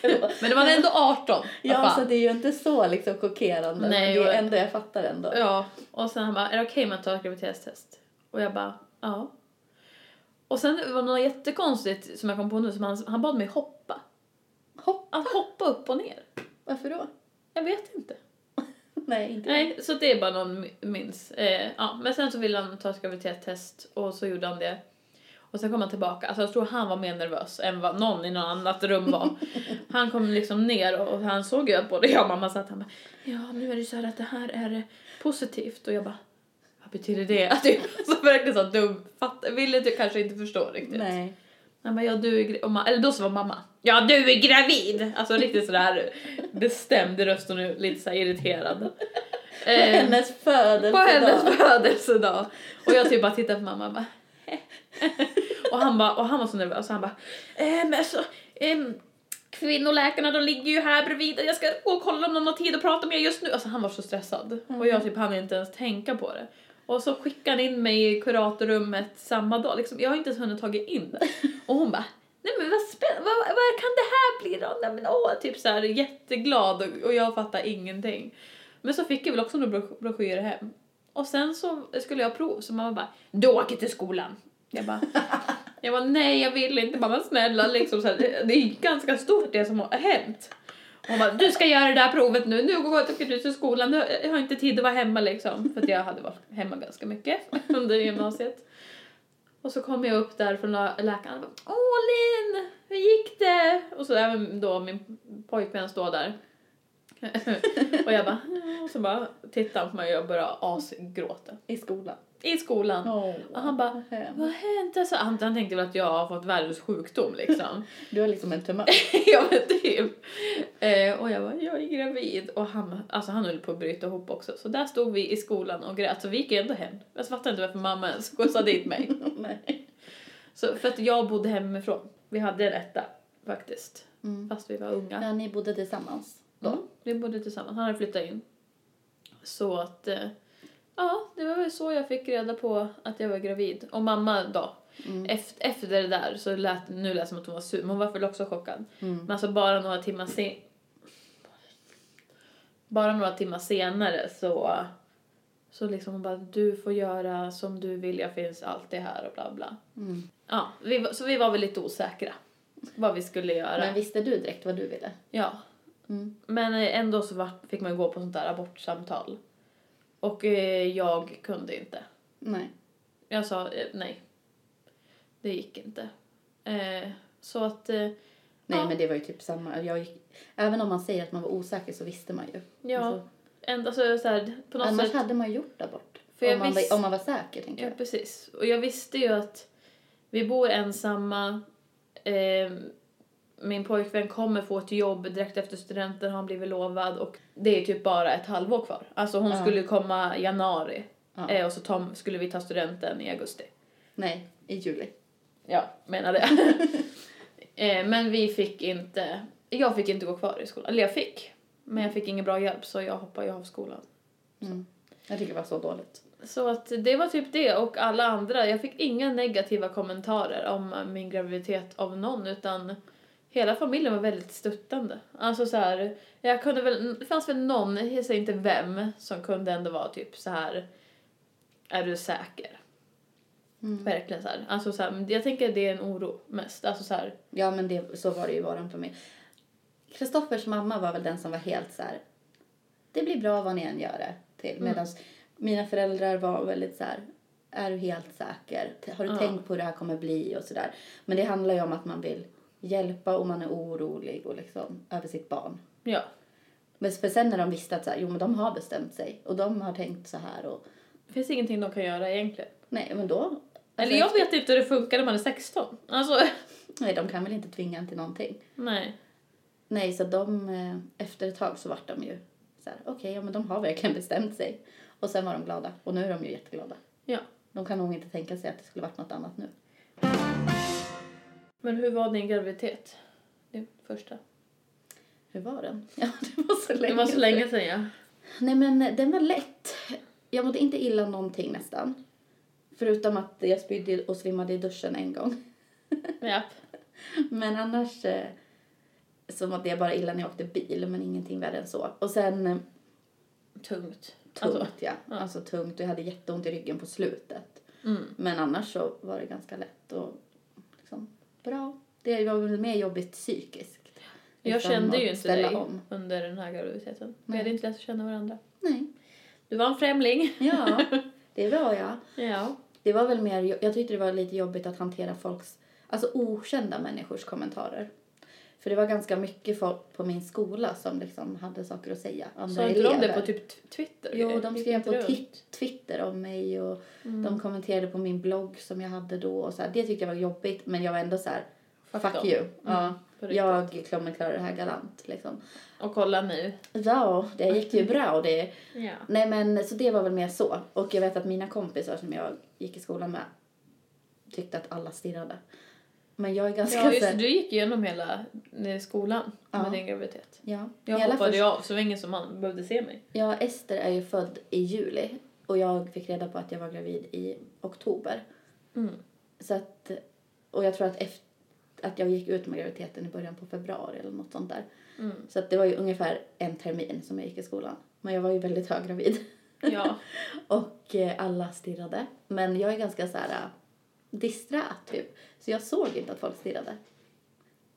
(laughs) men det var ändå 18. Ja, vad fan. så det är ju inte så liksom chockerande. Nej, men det och- är ändå, jag fattar ändå. Ja, och sen han bara, är det okej om jag tar ett graviditetstest? Och jag bara, ja. Och sen var det något jättekonstigt som jag kom på nu, som han, han bad mig hoppa. Hopp, Att hoppa upp och ner. varför då? (laughs) Jag vet inte. Nej, inte Nej, så det är bara någon mi- minns. Eh, ja. Men sen så ville han ta ett graviditetstest och så gjorde han det. Och sen kom han tillbaka. Alltså jag tror han var mer nervös än vad någon i något annat (laughs) rum var. Han kom liksom ner och, och han såg ju att både jag och mamma satt han bara Ja, nu är det så här att det här är eh, positivt. Och jag bara Vad betyder det? (laughs) Typ. Så verkligen så dum. Fatt, ville du kanske inte förstå riktigt. Nej. Han bara, ja du är gra-" och ma- Eller då så var mamma. Ja du är gravid! Alltså riktigt (laughs) sådär bestämd i rösten och lite såhär (laughs) irriterad. På Eh, hennes födelsedag. på hennes födelsedag. Och jag typ bara tittar på mamma och bara "Eh, och han, bara, och han var så nervös och han bara ehm, alltså, ehm, kvinnoläkarna de ligger ju här bredvid och jag ska gå och kolla om de har tid att prata med er just nu. Alltså han var så stressad och jag typ hann inte ens tänka på det. Och så skickade han in mig i kuratorrummet samma dag. Liksom, jag har inte ens hunnit tagit in det. Och hon bara Nej men vad spännande, vad, vad kan det här bli då? Nej men åh, typ så här jätteglad och, och jag fattar ingenting. Men så fick jag väl också några brosch- broschyrer hem. Och sen så skulle jag ha prov så mamma bara, du åker till skolan. Jag bara, jag bara nej jag vill inte mamma snälla liksom så här, det, det är ganska stort det som har hänt. Och hon bara, du ska göra det där provet nu, nu går jag till- till skolan, nu, jag har inte tid att vara hemma liksom. För att jag hade varit hemma ganska mycket (laughs) under gymnasiet. Och så kom jag upp där från lä- läkaren och bara, Åh Linn, hur gick det? Och så även då min pojkvän står där. och jag bara, "Ja." och så bara tittar han på mig och jag börjar asgråta. I skolan. I skolan. Och han bara, vad har hänt? Alltså, han, han tänkte väl att jag har fått världens sjukdom liksom. Du är liksom en tumör. (laughs) ja men typ. Eh, och jag bara, jag är gravid. Och han, alltså, han höll på att bryta ihop också. Så där stod vi i skolan och grät. Så vi gick ändå hem. Jag fattar inte varför mamma ens skjutsade dit mig. (laughs) Nej. Så, för att jag bodde hemifrån. Vi hade en etta faktiskt. Fast vi var unga. Ja, ni bodde tillsammans då. Mm, Vi bodde tillsammans. Han hade flyttat in. Så att... eh, Ja, det var väl så jag fick reda på att jag var gravid. Och mamma då. Mm. Efter, efter det där så lät nu lät det som att hon var sur, men hon var väl också chockad. Mm. Men alltså bara några timmar sen... Bara några timmar senare så... Så liksom hon bara, du får göra som du vill, jag finns alltid här och bla bla. Mm. Ja, vi, var- så vi var väl lite osäkra. Vad vi skulle göra. Men visste du direkt vad du ville? Ja. Mm. Men eh, ändå så var, fick man gå på sånt där abortsamtal. Och eh, jag kunde inte. Nej. Jag sa eh, nej. Det gick inte. Eh, så att... Eh, Nej, Ja. men det var ju typ samma. Jag gick... Även om man säger att man var osäker så visste man ju. ja. Alltså, ändå, alltså, så här, på något annars sätt, hade man ju gjort abort. För jag om, man visst- var, om man var säker, tänker Ja, jag. precis. Och jag visste ju att vi bor ensamma. Eh, min pojkvän kommer få ett jobb direkt efter studenten, har han blivit lovad. Och det är ju typ bara ett halvår kvar. Alltså hon Ja. skulle komma i januari. Ja. Eh, och så tom, skulle vi ta studenten i augusti. Nej, i juli. Ja, (laughs) menade jag. eh, men vi fick inte... Jag fick inte gå kvar i skolan. Eller jag fick. Men jag fick ingen bra hjälp så jag hoppade ju av skolan. Mm. Jag tycker det var så dåligt. Så att det var typ det och alla andra. Jag fick inga negativa kommentarer om min graviditet av någon utan hela familjen var väldigt stöttande. Alltså så här, jag kunde väl, det fanns väl någon, jag säger inte vem, som kunde ändå vara typ så här är du säker? Verkligen så här. Alltså så här, jag tänker det är en oro mest. Alltså så här, Ja, men det, så var det ju i våran familj. Kristoffers mamma var väl den som var helt så här... Det blir bra vad ni än gör det Mm. till. Medan mina föräldrar var väldigt så här... Är du helt säker? T- Har du tänkt på hur det här kommer bli? och så där. Men det handlar ju om att man vill hjälpa och man är orolig och liksom, över sitt barn. ja. Men för sen när de visste att så här, jo, men de har bestämt sig och de har tänkt så här och... Det finns ingenting de kan göra egentligen. Nej, men då... alltså, Eller jag vet inte hur det funkar när man är 16. Alltså, (laughs) Nej, de kan väl inte tvinga en till någonting. nej. Nej, så de, eh, efter ett tag så vart de ju så här, okej, ja men de har verkligen bestämt sig. Och sen var de glada, och nu är de ju jätteglada. Ja. De kan nog inte tänka sig att det skulle varit något annat nu. Men hur var din graviditet? Din första? Hur var den? (laughs) Ja, det var så länge Det var så sedan. länge sedan ja. Nej men eh, den var lätt. Jag mådde inte illa någonting nästan. Förutom att jag spydde och svimmade i duschen en gång. (laughs) Japp. Men annars eh, så mådde jag bara illa när jag åkte bil, men ingenting värre än så. Och sen eh, Tungt. tungt, Alltså, ja. Alltså tungt och jag hade jätteont i ryggen på slutet. mm. Men annars så var det ganska lätt och liksom bra. Det var väl mer jobbigt psykiskt. jag Liksom kände ju att inte ställa dig Om. under den här graviditeten. Vi Nej. hade inte lärt känna varandra. Nej. Du var en främling. Ja, det var jag. (laughs) Ja. Det var väl mer, jag tyckte det var lite jobbigt att hantera folks, alltså okända människors kommentarer. För det var ganska mycket folk på min skola som liksom hade saker att säga. Andra Sa inte de det elever. på typ t- Twitter? Jo, de Gick skrev inte på runt? Mm. tit- Twitter om mig och de kommenterade på min blogg som jag hade då. Och så här. Det tyckte jag var jobbigt, men jag var ändå så här, Fuck fuck, dem. Mm. you. Ja, på riktigt. jag kommer klara det här galant. Liksom. Och kolla nu. Ja, det gick ju bra. Och det, Ja. nej, men, så det var väl mer så. Och jag vet att mina kompisar som jag gick i skolan med tyckte att alla stirrade. Men jag är ganska Ja, just, så det. här- du gick igenom hela eh, skolan Ja. med din graviditet. Ja. Jag Hela hoppade först- ju av så det var ingen som man behövde se mig. Ja, Ester är ju född i juli och jag fick reda på att jag var gravid i oktober. Mm. Så att, och jag tror att, efter, att jag gick ut med graviditeten i början på februari eller något sånt där. Mm. Så att det var ju ungefär en termin som jag gick i skolan. Men jag var ju väldigt höggravid Ja. och eh, alla stirrade. Men jag är ganska så här eh, distraät typ. Så jag såg inte att folk stirrade.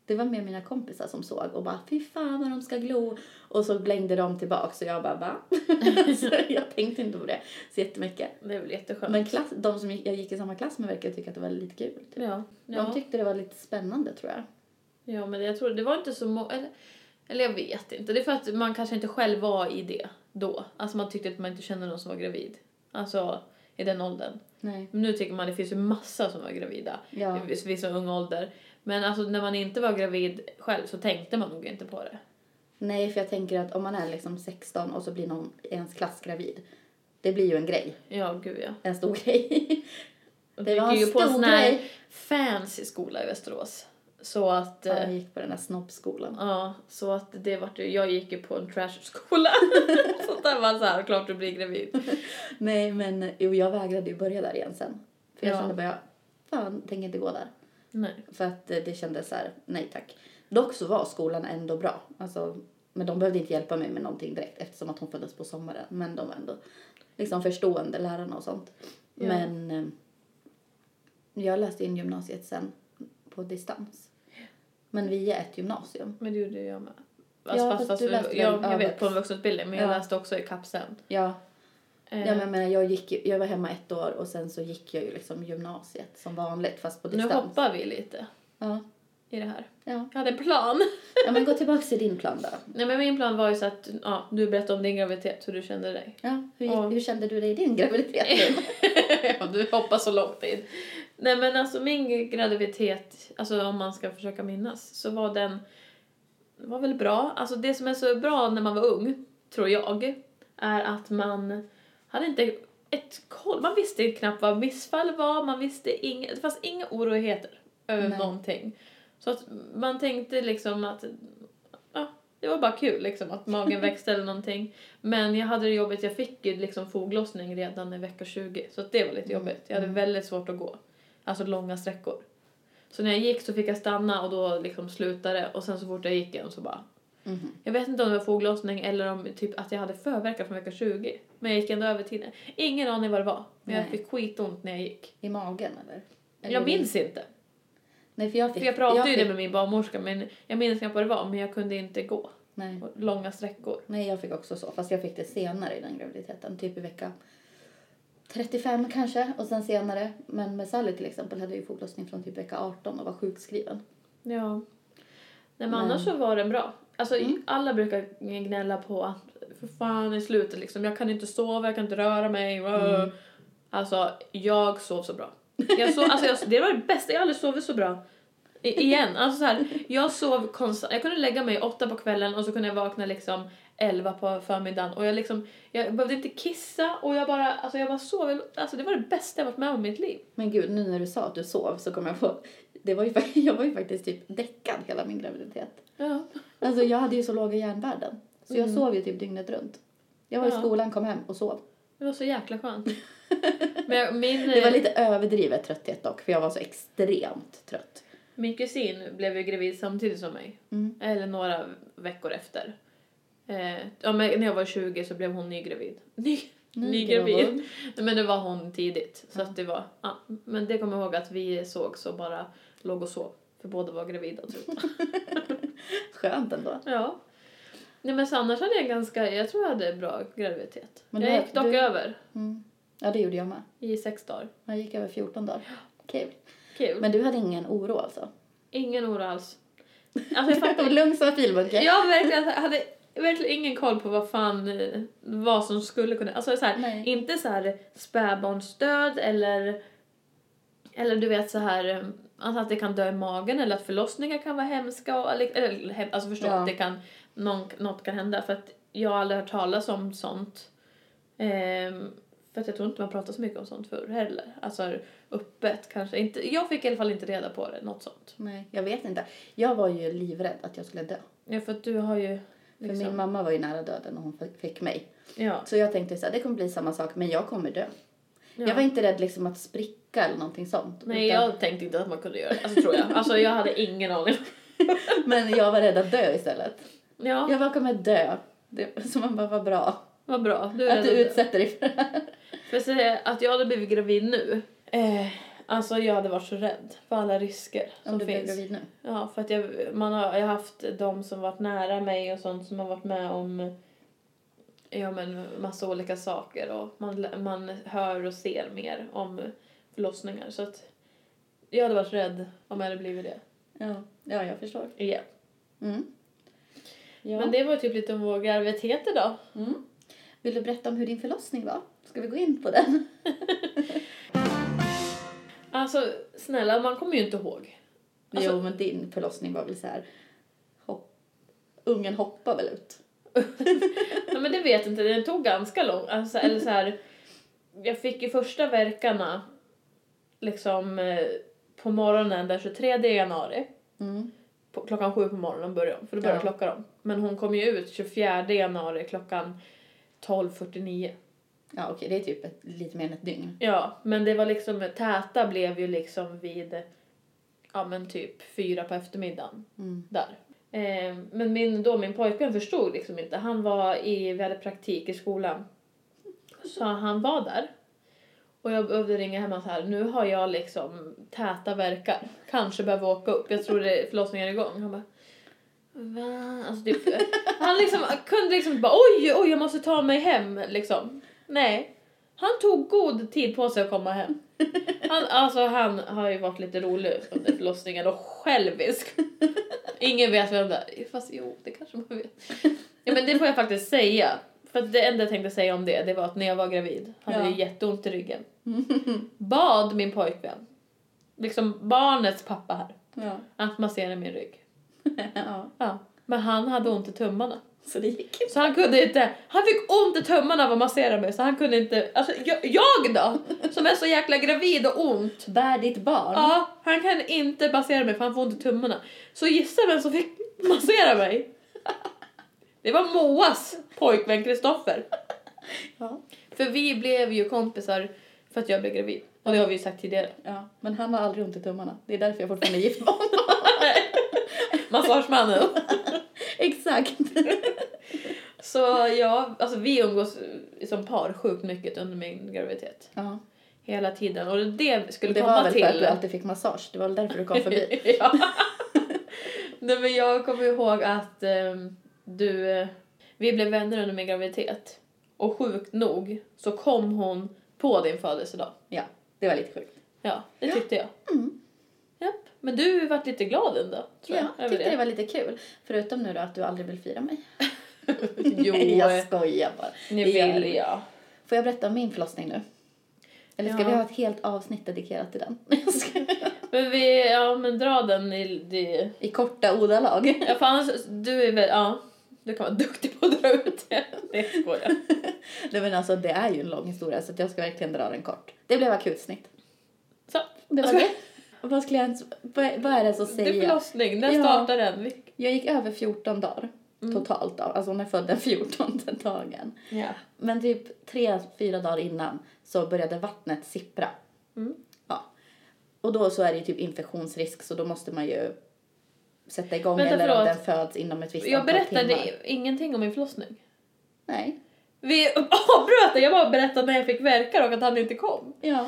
Det var mer mina kompisar som såg och bara fy fan vad de ska glo. Och så blängde de tillbaka så jag bara va? (laughs) så jag tänkte inte på det så jättemycket. Det är väl jätteskönt. Men klass, de som gick, jag gick i samma klass med verkar tycka att det var lite kul. Typ. ja. De Ja. tyckte det var lite spännande tror jag. ja, men jag tror det var inte så många... Eller, eller jag vet inte. Det är för att man kanske inte själv var i det då. Alltså man tyckte att man inte kände någon som var gravid. Alltså i den åldern. Nej. Men nu tycker man det finns ju massa som var gravida. Ja. I viss- viss ung ålder. Men alltså när man inte var gravid själv så tänkte man nog inte på det. Nej, för jag tänker att om man är liksom 16 och så blir någon i ens klass gravid. Det blir ju en grej. Ja, gud ja. En stor (laughs) grej. Och Det vi var gick en ju på en stor sån här grej. fancy skola i Västerås. Så att... Ja, eh, jag gick på den där snobbskolan. Ja, så att det vart ju... Jag gick ju på en trash-skola. (laughs) så där var så här, klart du blir gravid. Nej, men jo, jag vägrade ju börja där igen sen. För jag Ja. kände bara, fan, tänker inte gå där. Nej. För att eh, det kändes så här, nej tack. Dock så var skolan ändå bra. Alltså, men de behövde inte hjälpa mig med någonting direkt eftersom att hon föddes på sommaren. Men de var ändå liksom förstående, lärarna och sånt. Ja. Men eh, jag läste in gymnasiet sen på distans. Men via ett gymnasium. Men det gjorde ju jag med. Ja, Alltså, fast fast, fast, du läste jag, väl jag över- vet, på en vuxenutbildning. Men Ja. jag läste också i kapsen. Ja, Eh, ja men jag menar, jag, gick, ju- jag var hemma ett år och sen så gick jag ju liksom gymnasiet som vanligt fast på nu distans. hoppar vi lite Ja, i det här. ja. Jag hade en plan. ja, men gå tillbaka till din plan då. Nej, men min plan var ju så att ja, du berättade om din graviditet, hur du kände dig. Ja, hur, gick, Ja. hur kände du dig i din graviditet? (laughs) ja, du hoppar så långt in. Nej men alltså min graviditet, alltså om man ska försöka minnas, så var den var väl bra. Alltså det som är så bra när man var ung, tror jag, är att man hade inte ett koll. Man visste knappt vad missfall var, man visste inget, det fanns inga oroligheter över Nej. någonting. Så att man tänkte liksom att ja, det var bara kul liksom att magen växte eller någonting. Men jag hade det jobbigt, jag fick ju liksom foglossning redan i vecka 20 så att det var lite jobbigt. Jag hade väldigt svårt att gå, alltså långa sträckor. Så när jag gick så fick jag stanna och då liksom slutade det. och sen så fort jag gick igen så bara Mhm. jag vet inte om det var foglossning eller om typ att jag hade förverkan från vecka 20. Men jag gick ändå över tiden. Ingen aning vad det var. Men jag Nej. fick skitont när jag gick. I magen eller? eller Jag minns inte. Nej, för jag fick... För jag pratade ju fick, det med min barnmorska men jag minns knappt vad det var men jag kunde inte gå Nej. på långa sträckor. Nej, jag fick också så. Fast jag fick det senare i den graviditeten. Typ i vecka 35 kanske och sen senare. Men med Sally till exempel hade jag ju foglossning från typ vecka 18 och var sjukskriven. Ja. Nej, men, Men- annars så var den bra. Alltså Mm. alla brukar gnälla på att för fan i slutet liksom, jag kan inte sova, jag kan inte röra mig. Mm. Alltså jag sov så bra. Jag sov, alltså, jag, det var det bästa, jag har aldrig sovit så bra. I, igen, alltså så här, jag sov konstant, jag kunde lägga mig åtta på kvällen och så kunde jag vakna liksom elva på förmiddagen och jag liksom, jag behövde inte kissa och jag bara, alltså jag bara sov, alltså det var det bästa jag varit med om i mitt liv. Men gud, nu när du sa att du sov så kom jag på... Det var ju, fa- (laughs) jag var ju faktiskt typ däckad hela min graviditet. Ja. Alltså jag hade ju så låga järnvärden. Så jag Mm. sov ju typ dygnet runt. Jag var i Ja. skolan, kom hem och sov. Det var så jäkla skönt. Men jag- min, eh, Det var lite överdrivet trötthet dock, för jag var så extremt trött. Min kusin blev ju gravid samtidigt som mig. Mm. Eller några veckor efter. Eh, ja, men när jag var 20 så blev hon nygravid. Ny, nygravid. Nygravid. Men det var hon tidigt. Så att det var, ja. Men det kommer jag ihåg att vi såg så bara låg och sov. För båda var gravida typ. (laughs) Skönt ändå. ja. Nej men så annars hade jag ganska, jag tror jag hade bra graviditet. Men jag du- gick dock du- över Mm. Ja, det gjorde jag med. i sex dagar. Jag gick över 14 dagar. Kul. Kul. Men du hade ingen oro alltså? Ingen oro alls. Alltså jag (laughs) fattar Lugn som en filbunke? Jag verkligen, jag hade verkligen ingen koll på vad fan eh, vad som skulle kunna... Alltså så här, Nej. inte så här spädbarnsdöd eller eller du vet så här eh, alltså att det kan dö i magen eller att förlossningar kan vara hemska och, eller, eller hem- alltså förstå Ja. att det kan någon, något kan hända för att jag har aldrig hört talas om sånt. Ehm, för att jag tror inte man pratar så mycket om sånt förr heller. Alltså öppet kanske. Inte, jag fick i alla fall inte reda på det, något sånt. Nej, jag vet inte. Jag var ju livrädd att jag skulle dö. Ja, för att du har ju För liksom... min mamma var ju nära döden och hon fick- fick mig. Ja. Så jag tänkte så här, det kommer bli samma sak men jag kommer dö. ja. Jag var inte rädd liksom att spricka eller någonting sånt. Nej, utan- jag tänkte inte att man kunde göra det. Alltså tror jag. Alltså jag hade ingen aning. (laughs) Men jag var rädd att dö istället. Ja, Jag bara kommer dö. Det, så man bara, vad bra vad bra. Du är att rädd du att dö. utsätter dig för det här. För jag säger att jag hade blivit gravid nu. Eh, alltså jag hade varit så rädd för alla risker Om som du blir finns. gravid nu. Ja, för att jag, man har, jag har haft de som varit nära mig och sånt som har varit med om ja, men massa olika saker och man, lä- man hör och ser mer om förlossningar. Så att jag hade varit rädd om jag hade blivit det. Ja, ja jag förstår. igen Mm. Ja. Men det var typ lite om vår graviditet idag. mm. Vill du berätta om hur din förlossning var? Ska vi gå in på den? Alltså snälla, man kommer ju inte ihåg. Alltså- jo, men din förlossning var väl så här... Hopp... Ungen hoppade väl ut? Ja, men det vet jag inte, den tog ganska lång, alltså, eller så här, jag fick ju första verkarna liksom eh, på morgonen den 23 januari, Mm. på, klockan sju på morgonen började hon, för då började Ja. klockan om. Men hon kom ju ut 24 januari klockan 12.49. Ja, okej, det är typ ett, lite mer än ett dygn. Ja, men det var liksom, täta blev ju liksom vid, ja men typ fyra på eftermiddagen. Mm. (laughs) där. Eh, men min, då min pojkvän förstod liksom inte. Han var i, vi hade praktik i skolan. Så han var där. Och jag behövde ringa hem och så här, nu har jag liksom täta verkar. Kanske behöver åka upp, jag tror det förlossningen är igång. Han bara, va? Alltså typ, han liksom, kunde liksom bara, oj, oj, jag måste ta mig hem liksom. Nej. Han tog god tid på sig att komma hem. Han, alltså han har ju varit lite rolig under förlossningen och självisk. Ingen vet vem det är. Fast jo, det kanske man vet. Ja, men det får jag faktiskt säga. För att det enda jag tänkte säga om det, det var att när jag var gravid hade Ja. jag jätteont i ryggen. Bad min pojkvän, liksom barnets pappa här, ja. (laughs) att massera min rygg. ja. Ja. Men han hade ont i tummarna. Så det gick Så han kunde inte, han fick ont i tummarna av att massera mig så han kunde inte, alltså jag, jag då? Som är så jäkla gravid och ont. Bär ditt barn. Ja, han kan inte massera mig för han får ont i tummarna. Så gissa vem som fick massera mig? Det var Moas pojkvän Kristoffer. Ja. För vi blev ju kompisar för att jag blev gravid. Och det har vi ju sagt tidigare. Ja, men han har aldrig ont i tummarna. Det är därför jag fortfarande är gift med honom. (laughs) Massagemannen. (laughs) Exakt. Så ja, alltså vi umgås som par sjukt mycket under min graviditet. Ja. Hela tiden. Och det skulle Det var komma väl till... för att du alltid fick massage. Det var väl därför du kom (laughs) förbi. (laughs) ja. Nej men jag kommer ihåg att ehm, du, eh, vi blev vänner under min graviditet. Och sjukt nog så kom hon på din födelsedag. Ja, det var lite sjukt. Ja, det tyckte jag. Mm. Japp. Men du vart lite glad ändå, tror Ja, jag. över tyckte det var lite kul. Förutom nu då att du aldrig vill fira mig. (laughs) Jo, eh, Nej, jag skojar bara. ni Det gör vill vi. ja. Får jag berätta om min förlossning nu? Eller ska Ja. vi ha ett helt avsnitt dedikerat till den? (laughs) Jag skojar. Men vi, ja men dra den i, i I korta ordalag. (laughs) ja för annars, du är väl, ja. Du kan vara duktig på att dra ut det. Det skojar. Nej men alltså det är ju en lång historia så att jag ska verkligen dra den kort. Det blev akutsnitt. Så, Det var det. Och Vad skulle jag ens... Vad vad är Alltså, det som det är säger? förlossning, när Ja. startar den? Jag gick över 14 dagar Mm. totalt. Då. Alltså hon är född den 14 dagen. Ja. Men typ 3-4 dagar innan så började vattnet sippra. Mm. Ja. Och då så är det ju typ infektionsrisk så då måste man ju sätta igång Vänta, eller om förlåt. den föds inom ett visst Jag antal berättade timmar. ingenting om min förlossning. Nej. Vi avbröt det, jag bara berättade när jag fick verkar och att han inte kom. Ja.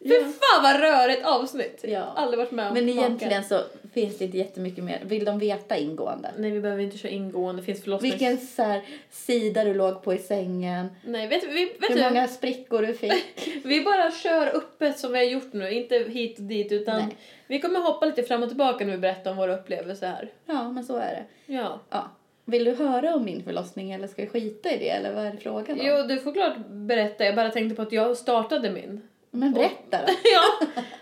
Fy fan vad rörigt avsnitt! Ja. Aldrig varit med om Men maken. egentligen så finns det inte jättemycket mer. Vill de veta ingående? Nej vi behöver inte köra ingående, det finns förlossnings... Vilken så här, sida du låg på i sängen. Nej vet, du- vi, vet hur du, många sprickor du fick. vi bara kör öppet som vi har gjort nu, inte hit och dit utan Nej. vi kommer hoppa lite fram och tillbaka när vi berättar om våra upplevelser här. ja, men så är det. Ja. Ja. Vill du höra om min förlossning eller ska jag skita i det eller vad är frågan om? Jo du får klart berätta, jag bara tänkte på att jag startade min. (laughs) Men berätta då.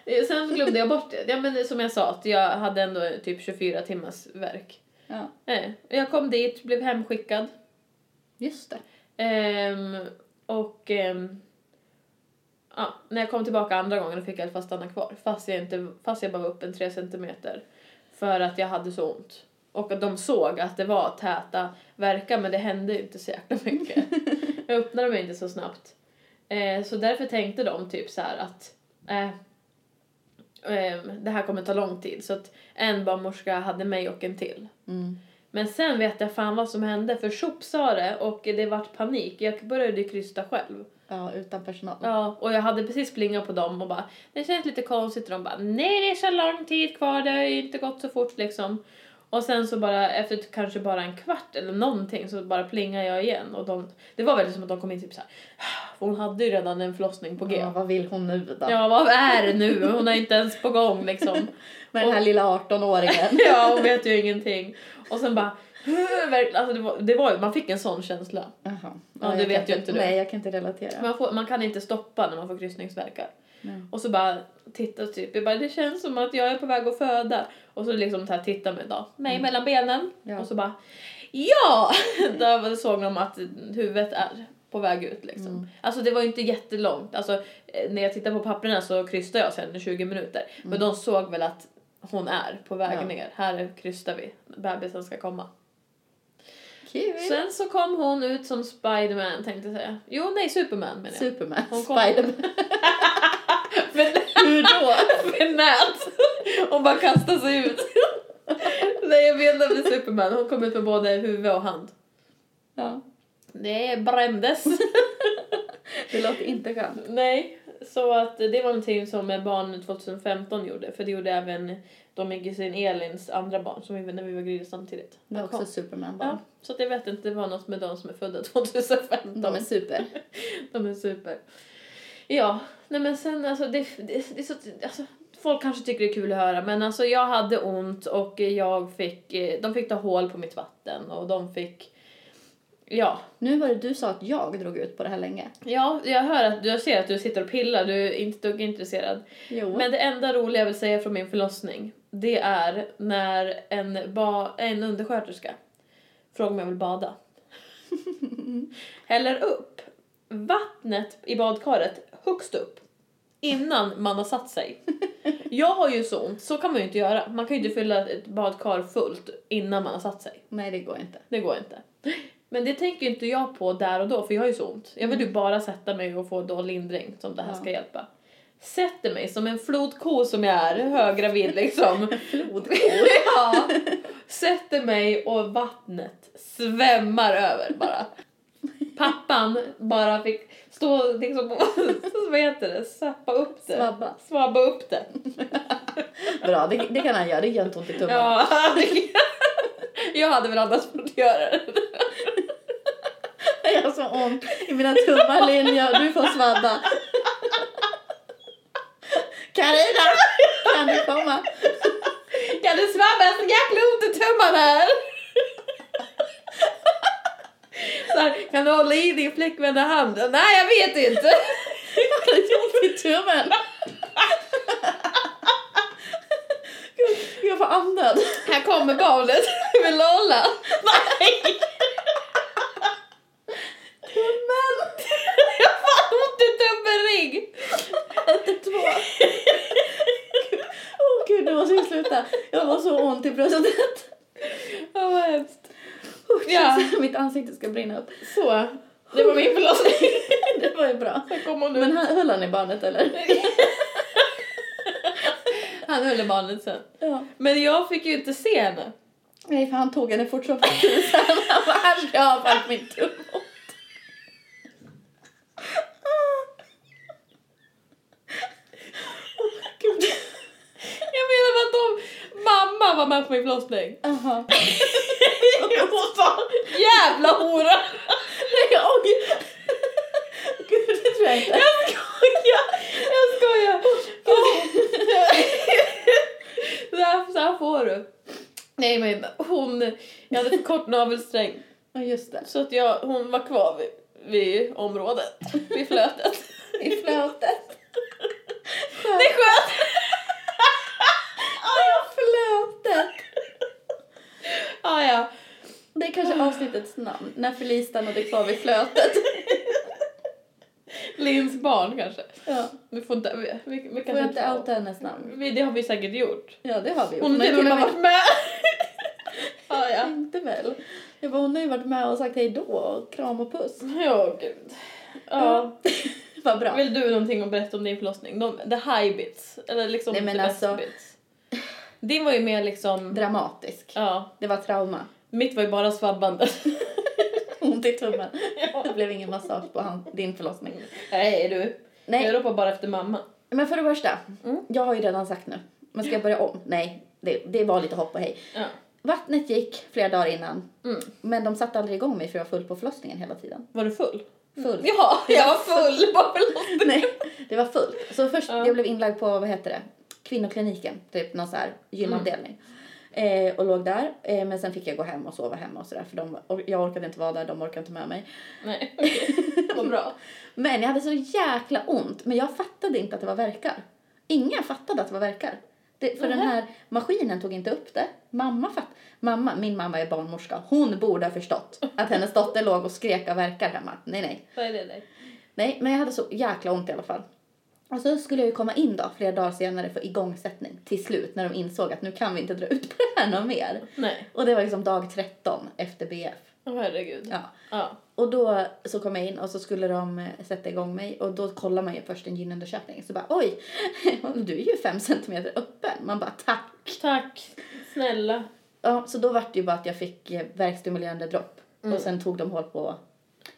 ja, sen glömde jag bort det. Ja, men som jag sa, att jag hade ändå typ 24 timmars verk. Ja, Eh, Jag kom dit, blev hemskickad. just det. Ehm, och ehm, ja, när jag kom tillbaka andra gången då fick jag i alla fall stanna kvar. Fast jag, inte, fast jag bara var upp en tre centimeter. För att jag hade så ont. Och att de såg att det var täta verkar men det hände ju inte så jäkla mycket. jag öppnade mig inte så snabbt. Eh, så därför tänkte de typ så här att eh, eh, det här kommer ta lång tid. Så att en barnmorska hade mig och en till. Mm. Men sen vet jag fan vad som hände för Chop sa det och det vart panik. Jag började krysta själv. Ja, utan personal. Ja, och jag hade precis plingat på dem och bara det känns lite konstigt och de bara nej det är så lång tid kvar, det har ju inte gått så fort liksom. Och sen så bara efter kanske bara en kvart eller någonting så bara plingar jag igen och de, det var väl som att de kom in typ såhär, för hon hade ju redan en förlossning på G. Ja, vad vill hon nu då? Ja, vad är det nu? Hon är inte ens på gång liksom. Med den här lilla (laughs) 18-åringen. Ja, hon vet ju ingenting. Och sen bara, verkligen, alltså det var, det var ju, man fick en sån känsla. Jaha. Ja, det jag vet kan ju inte du. Nej, jag kan inte relatera. Man, får, man kan inte stoppa när man får kryssningsverkar. Nej. Och så bara tittar typ, jag bara det känns som att jag är på väg att föda. Och så liksom så här tittar mig då, mig mellan benen. Mm. Ja. Och så bara ja! (laughs) Där såg de att huvudet är på väg ut liksom. Mm. Alltså det var ju inte jättelångt. Alltså eh, när jag tittar på papperna så krystar jag sen i 20 minuter. Men de såg väl att hon är på väg Mm. Ja. ner. Här krystar vi. Bebisen ska komma. Kul! Sen så kom hon ut som Spiderman tänkte jag säga. Jo nej Superman menar jag. Superman, Hon kom- Spiderman. (laughs) Hur då? (laughs) Med nät. Hon bara kastar sig ut. Nej, jag vet inte med Superman. Hon kom ut med både huvud och hand. Ja, Det brändes. det låter inte skönt. Nej, så att det var någonting som barn 2015 gjorde. För det gjorde även de med kusin Elins andra barn som vi, när vi var gravida samtidigt. Det är De kom. också Superman Ja, barn. så att jag vet inte, det var något med de som är födda 2015. De är super. De är super. Ja, nej men sen alltså det, det, det är så, alltså, folk kanske tycker det är kul att höra men alltså jag hade ont och jag fick, eh, de fick ta hål på mitt vatten och de fick, ja, Nu var det du sa att jag drog ut på det här länge. ja jag hör att, jag ser att du sitter och pillar, du är inte dugg intresserad. Jo. Men det enda roliga jag vill säga från min förlossning, det är när en, ba, en undersköterska frågar om jag vill bada. Häller upp vattnet i badkaret högst upp innan man har satt sig. Jag har ju så ont, så kan man ju inte göra. Man kan ju inte fylla ett badkar fullt innan man har satt sig. Nej, det går inte. Det går inte. Men det tänker ju inte jag på där och då för jag har ju så ont. Jag vill ju bara sätta mig och få då lindring som det här Mm. Ja. ska hjälpa. Sätter mig som en flodko som jag är, (laughs) höggravid liksom. Flodko. (laughs) ja. Sätter mig och vattnet svämmar över bara. Pappan bara fick stå liksom (laughs) och vad heter det, sappa upp det. Svabba. Svabba upp det. Bra, det, det kan han göra. Det gör inte ont i tummen. Ja, (laughs) jag hade väl annars fått göra det. Jag har så ont i mina tummar, Linja. Du får svabba. Carina! Kan du komma? (laughs) Kan du svabba så jäkla ont i tummarna här? Så här, kan du hålla i din flickvän i handen? Nej, jag vet inte. Har du ont i tummen? Gud, Jag får andan. Här kommer barnet (laughs) med Lolla. Nej! Tummen! Jag har fan ont i tummenring. Ett, två. Åh gud, nu måste vi sluta. Jag har så ont i bröstet. Ja, vad hemskt. Usch, Ja. Mitt ansikte ska brinna upp. Så, det var min förlossning. Det var ju bra. Här kommer hon ut. Men han- höll han i barnet eller? Han höll i barnet sen. Ja. Men jag fick ju inte se henne. Nej, för han tog henne fort som tusan. (laughs) Han bara, här ska jag ha fast min tumme. Gud. Jag menar bara att de, mamma var med på min förlossning. (laughs) Jaha. Hon sa jävla hora. Nej, åh gud. Gud, det tror jag inte. Jag skojar, jag skojar. Så här, så här får du. Nej men hon, jag hade för kort navelsträng Ja, just det. så att jag, hon var kvar vid, vid området, vid flötet. I flötet. Det är skönt. Ja, flötet. Ah, ja. Det är kanske avsnittets namn. När Felice stannade kvar vid flötet. Lins barn kanske. Ja. Vi får inte... Vi, vi, vi kanske Får jag inte får- outa hennes namn? vi, Det har vi säkert gjort. Ja, det har vi gjort. Hon har Men till gud, och vad- med varit med. (laughs) ja, Ja. ja. Inte väl? Jag bara, hon har ju varit med och sagt hej då och kram och puss. Ja, gud. Ja. Vad bra. Vill du någonting att berätta om din förlossning? De, the high bits. Eller liksom Nej, men the best alltså- bits. Din var ju mer liksom... Dramatisk. Ja. Det var trauma. Mitt var ju bara svabbande. Ont i tummen. ja. Mm. Det blev ingen massage på han, din förlossning. (laughs) Nej du. Jag Nej, ropar bara efter mamma. men för det första. Mm. Jag har ju redan sagt nu. Men ska jag börja om? Nej, det, det var lite hopp och hej. Ja. Vattnet gick flera dagar innan. Mm. Men de satte aldrig igång mig för jag var full på förlossningen hela tiden. Var du full? Full. Ja, alltså. jag var full (laughs) på (laughs) förlossningen. Nej, det var fullt. Så först Ja. jag blev inlagd på, vad heter det, kvinnokliniken, typ någon så här gynavdelning. Eh, och låg där, eh, men sen fick jag gå hem och sova hemma och sådär för de, or- jag orkade inte vara där, de orkade inte med mig. Nej, okej. Vad bra. Men jag hade så jäkla ont, men jag fattade inte att det var verkar. Ingen fattade att det var verkar. Det, för den Nähä. här maskinen tog inte upp det. Mamma fatt, mamma, min mamma är barnmorska, hon borde ha förstått att hennes dotter låg och skrek av verkar hemma. Nej, nej. Vad är det dig? Nej, men jag hade så jäkla ont i alla fall. Och så skulle jag ju komma in då flera dagar senare för igångsättning till slut när de insåg att nu kan vi inte dra ut på det här någon mer. Nej. Och det var liksom dag 13 efter BF. Åh herregud. Ja. Ja. Och då så kom jag in och så skulle de eh, sätta igång mig och då kollar man ju först en gynundersökning. Så bara oj, (laughs) du är ju fem centimeter öppen. Man bara tack. Tack. Snälla. Ja, så då var det ju bara att jag fick eh, värkstimulerande dropp Mm. och sen tog de hål på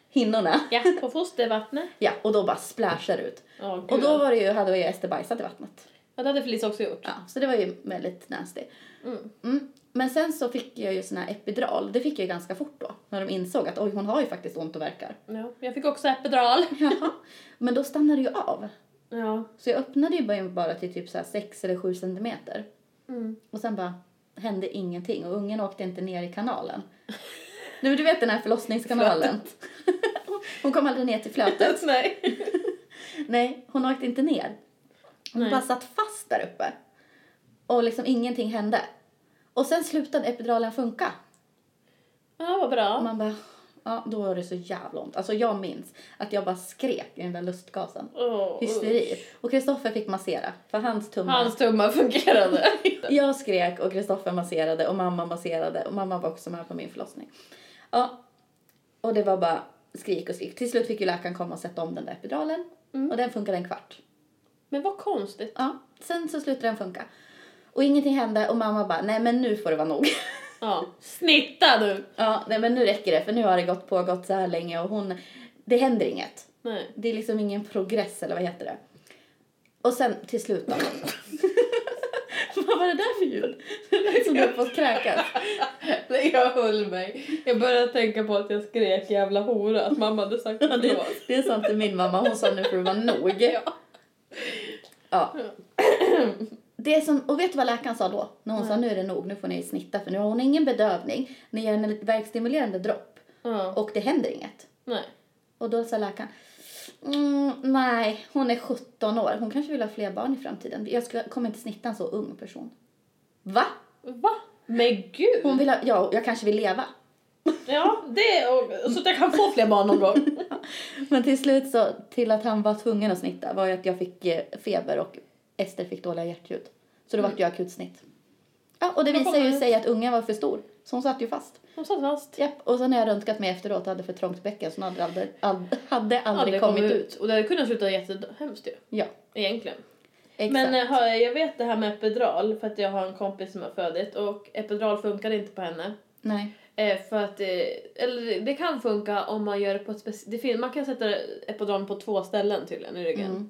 hinnorna. Ja, på fostervattnet. Ja, och då bara splashar ut. Ja, Och gud. då var det ju, hade jag ju esterbajsat i vattnet. Ja, det hade Felicia också gjort. Ja, så det var ju väldigt nasty. Mm. Mm. Men sen så fick jag ju sån här epidural. Det fick jag ju ganska fort då. När de insåg att oj, hon har ju faktiskt ont och verkar. Ja. Jag fick också epidural. Jaha. (laughs) Men då stannade det ju av. Ja. Så jag öppnade ju bara- bara till typ så här 6 eller 7 centimeter. Mm. Och sen bara hände ingenting. Och ungen åkte inte ner i kanalen. Nu, men du vet den här förlossningskanalen. (laughs) hon kom aldrig ner till flötet. Nej. Nej, hon åkte inte ner. Hon Nej. bara satt fast där uppe. Och liksom ingenting hände. Och sen slutade epiduralen funka. Ja, vad Och bra. man bara, ja då var det så jävla ont. Alltså jag minns att jag bara skrek i den där lustgasen. Åh, Hysteri. Och Kristoffer fick massera, för hans tummar. Hans tummar fungerade. Jag skrek och Kristoffer masserade och mamma masserade och mamma var också med på min förlossning. Ja, och det var bara skrik och skrik. Till slut fick ju läkaren komma och sätta om den där epiduralen. Mm. Och den funkade en kvart. (laughs) Men vad konstigt. Ja, sen så slutade den funka. Och ingenting hände och mamma bara, nej men nu får det vara nog. (laughs) Ja. Snitta du! ja, nej men nu räcker det för nu har det gått pågått så här länge och hon, det händer inget. Nej. Det är liksom ingen progress eller vad heter det? Och sen till slut då. (laughs) vad var det där för ljud? (laughs) Det lät som du höll på att kräkas. Nej, jag höll mig. Jag började tänka på att jag skrek jävla hora, att mamma hade sagt Ja, Det, det är sant till min mamma, hon sa nu får det vara nog. Ja. Ja. Det som, och vet du vad läkaren sa då? När hon sa nu är det nog, nu får ni snitta för nu har hon ingen bedövning, ni ger henne lite värkstimulerande dropp Ja. och det händer inget. Nej. Och då sa läkaren, mm, nej hon är 17 år, hon kanske vill ha fler barn i framtiden. Jag ska, kommer inte snitta en så ung person. Va? Va? Men gud! Hon vill ha, ja, jag kanske vill leva. Ja, det och, så att jag kan få fler barn någon gång. Men till slut så, till att han var tvungen att snitta var ju att jag fick eh, feber och Ester fick dåliga hjärtljud. Så då Mm. vart jag akutsnitt. Ja, och det Då visade ju kommer- sig att ungen var för stor. Så hon satt ju fast. Hon satt fast. Japp, och sen har jag röntgat mig efteråt och hade för trångt bäcken så hon hade aldrig, ald, hade aldrig kommit ut. Och det hade kunnat sluta jättehemskt ju, Ja, egentligen. exakt. Men eh, har jag- jag vet det här med epidural, för att jag har en kompis som har födit och epidural funkar inte på henne. Nej. Eh, för att, eh, eller det kan funka om man gör det på ett speciellt... Man kan sätta epiduralen på två ställen tydligen i ryggen. Mm.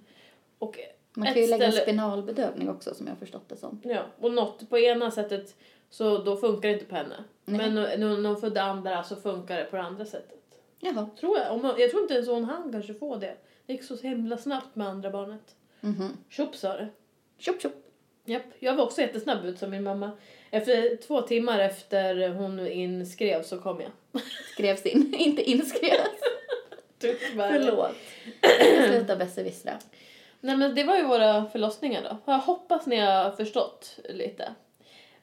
Och, Man Ett kan ju lägga ställe- spinalbedövning också som jag har förstått det som. ja, och något på ena sättet, så då funkar det inte på henne. Nej. Men när- när hon födde andra så funkar det på det andra sättet. Jaha. Tror jag. Om man, jag tror inte ens hon hann kanske få det. Det gick så himla snabbt med andra barnet. Mhm. Tjopp sa det. Tjopp tjopp. Japp. Jag var också jättesnabb ut som min mamma. Efter två timmar efter hon inskrev så kom jag. Skrevs in. (laughs) Inte inskrevs. Förlåt. Sluta besserwissra. Nej men det var ju våra förlossningar då. Jag hoppas ni har förstått lite.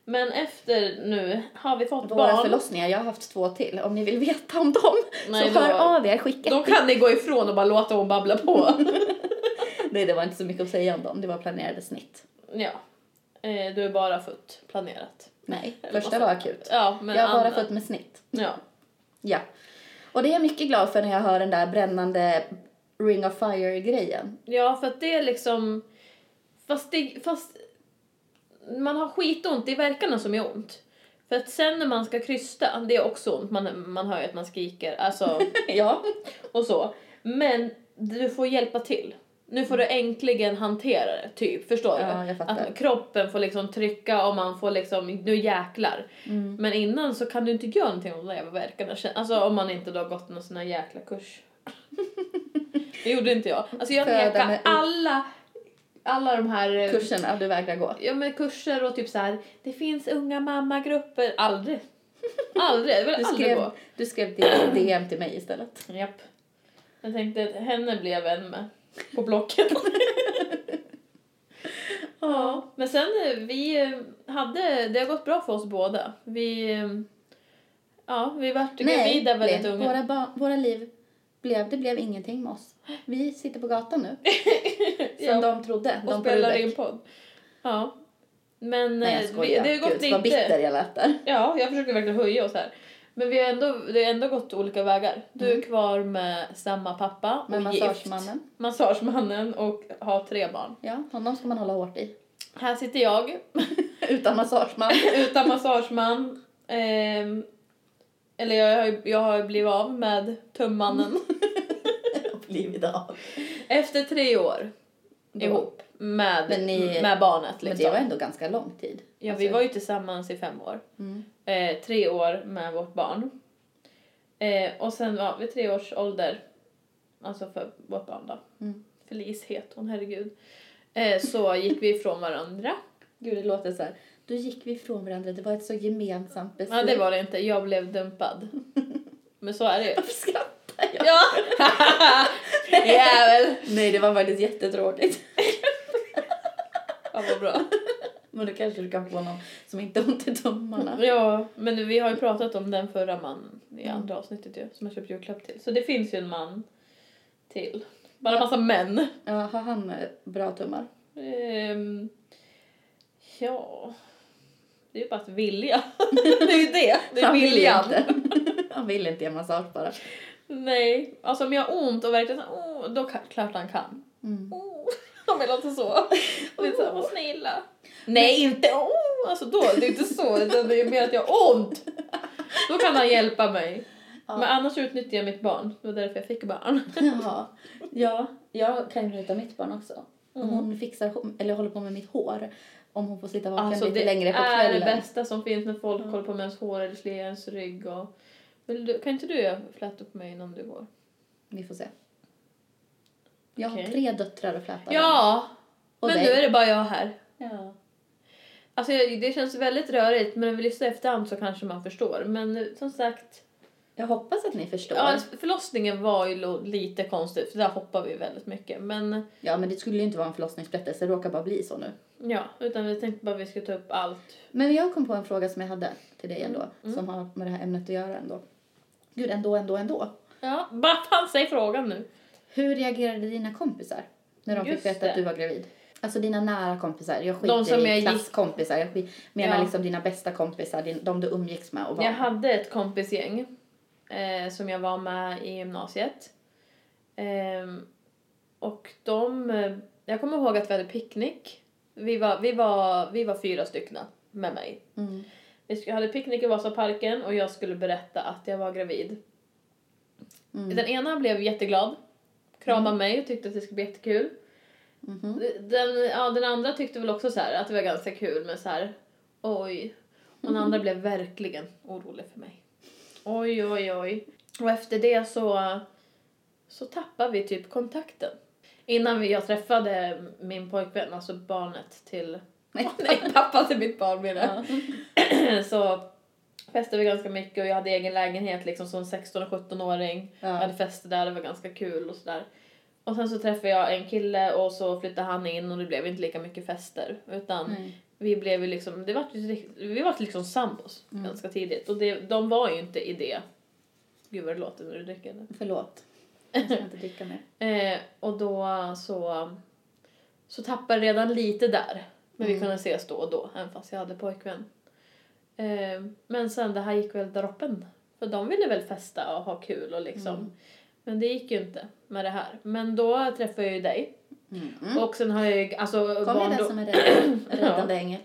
Men efter nu, har vi fått Våra barn, förlossningar, jag har haft två till. Om ni vill veta om dem Nej, så då- hör av er, skicka. då kan ni gå ifrån och bara låta hon babbla (laughs) på. Nej, det var inte så mycket att säga om dem. Det var planerade snitt. ja. Eh, du är bara fött, planerat. Nej, Eller första vad var sa- akut. Ja, men jag har bara andra- fått med snitt. Ja. Ja. Och det är jag mycket glad för när jag hör den där brännande Ring of (laughs) Fire-grejen. ja, för att det är liksom... Fast, det, fast man har skitont, det är verkarna som är ont. För att sen när man ska krysta, det är också ont, man, man hör ju att man skriker, alltså ja. och så. Men du får hjälpa till. Nu får du äntligen hantera det, typ. Förstår du? Mm. Ja, jag fattar. Att kroppen får liksom trycka och man får liksom, nu jäklar. Mm. Men innan så kan du inte göra någonting om de jävla verkarna. Alltså om man inte då har gått någon sån här jäkla (laughs) kurs. det gjorde inte jag. Alltså jag Föda nekade med- alla, alla de här... eh, Kurserna, du vägrar gå. Ja men kurser och typ så här. det finns unga mammagrupper. (laughs) Aldrig. Aldrig, jag Du vill aldrig skrev, gå. du skrev DM DM till mig istället. Japp. Jag tänkte att henne blev jag vän med. På Blocket. (laughs) ja. Men sen eh, vi eh, hade, det har gått bra för oss båda. Vi, eh, ja vi vart gravida väldigt blev- unga. Våra, ba- våra liv blev, det blev ingenting med oss. Vi sitter på gatan (laughs) nu. Som Ja. de trodde. och de på spelade Rudbeck. in podd. Ja. Men Nej, jag eh, vi, skojar. det har gått Gud, vad bitter lite. jag lät där. Ja, jag försöker verkligen höja oss här. Men vi har ändå, det har ändå gått olika vägar. Du är kvar med samma pappa Med och gift. massagemannen. Massagemannen och har tre barn. Ja, honom ska man hålla hårt i. (laughs) Här sitter jag Utan massageman. (laughs) utan massageman. Ehm, eller jag har, ju- jag har ju blivit av med (laughs) tummannen Liv idag. efter tre år Då. ihop med, Men ni- med barnet. Men Liksom. det var ändå ganska lång tid. ja, Alltså, vi var ju tillsammans i fem år. mm. Eh, tre år med vårt barn. Eh, och sen var vi tre års ålder, alltså för vårt barn då. Mm. Felice heter hon, herregud. Eh, så gick vi ifrån varandra. Gud, det låter så här. Då gick vi ifrån varandra. Det var ett så gemensamt beslut. Nej, det var (laughs) det inte. Jag (laughs) blev dumpad. Men så är det ju. Varför skrattar jag? Ja! (laughs) Jävel! Nej, det var faktiskt jättetråkigt. (laughs) Ja, vad bra. Men då kanske du kan få någon som inte har ont i (laughs) tummarna. Ja, men vi har ju pratat om den förra mannen i andra avsnittet ju, som jag köpt julklapp till. Så det finns ju en man till. Bara massa män. Ja, har han eh, bra tummar? Ehm, ja... Det är ju bara att vilja. (laughs) det är ju det. Det är han vill viljan. inte. (laughs) han vill inte ge massage bara. Nej, alltså om jag har ont och verkligen så här, åh, då kan, klart han kan. Mm. Åh, (laughs) Om jag låter så. Lite såhär, vad snälla. Nej, Men- inte åh! Alltså då, det är inte så, utan det är mer att jag har ont. Då kan han hjälpa mig. Ja. Men annars utnyttjar jag mitt barn. Det var därför jag fick barn. Jaha. Ja, jag kan ju njuta mitt barn också. Om Mm. hon fixar, eller håller på med mitt hår, om hon får sitta vaken Alltså lite det längre på är det kvällen. bästa som finns när folk håller på med ens hår eller slirar ens rygg. Och... Vill du, kan inte du göra fläta upp mig innan du går? Vi får se. Jag har Okej. tre döttrar att fläta med. Ja! Och men dig. nu är det bara jag här. ja. Alltså jag- det känns väldigt rörigt men om vi lyssnar efterhand så kanske man förstår. Men eh, som sagt, Jag hoppas att ni förstår. Ja, Ja, förlossningen var ju lo- lite konstig för där hoppar vi väldigt mycket. Men men det skulle ju inte vara en förlossningsberättelse, det råkar bara bli så nu. ja, utan vi tänkte bara vi skulle ta upp allt. Men jag kom på en fråga som jag hade till dig ändå, Mm. som har med det här ämnet att göra ändå. Gud, ändå, ändå, ändå. Ja, vad fan säg frågan nu. Hur reagerade dina kompisar när de Just fick veta det. att du var gravid? Alltså dina nära kompisar, jag skiter De som i jag gick- klasskompisar, jag skit, menar Ja. liksom dina bästa kompisar, din, de du umgicks med och var Jag med. hade ett kompisgäng eh, som jag var med i gymnasiet. Ehm, och de, eh, jag kommer ihåg att vi hade picknick. Vi var, vi var, vi var fyra stycken med mig. Mm. Vi sk- hade picknick i Vasaparken och jag skulle berätta att jag var gravid. Mm. Den ena blev jätteglad, kramade mig och tyckte att det skulle bli jättekul. Mhm. Den, ja, den andra tyckte väl också så här att det var ganska kul men så här oj. Och den andra blev verkligen orolig för mig. Oj, oj, oj. Och efter det så, så tappade vi typ kontakten. Innan vi, jag träffade min pojkvän, alltså barnet till... Nej. (laughs) Nej, pappa till mitt barn menar jag (laughs) Ja. (clears throat) så festade vi ganska mycket och jag hade egen lägenhet liksom som 16 och 17-åring. Ja. Jag hade fester där, det var ganska kul och sådär. Och sen så träffade jag en kille och så flyttade han in och det blev inte lika mycket fester utan Nej. vi blev ju liksom, det var, vi var liksom sambos Mm. ganska tidigt och det, de var ju inte i det. Gud vad det låter när du dricker det. Förlåt. Jag ska inte dricka mer. Eh, och då så, så tappade jag redan lite där. Men vi Mm. kunde ses då och då, även fast jag hade pojkvän. Eh, men sen det här gick väl droppen. För de ville väl festa och ha kul och liksom. Mm. Men det gick ju inte med det här. Men då träffade jag ju dig. Mm. Och sen har jag ju, alltså Kom igen den barndom- som är (clears throat) rädd- räddande ängel.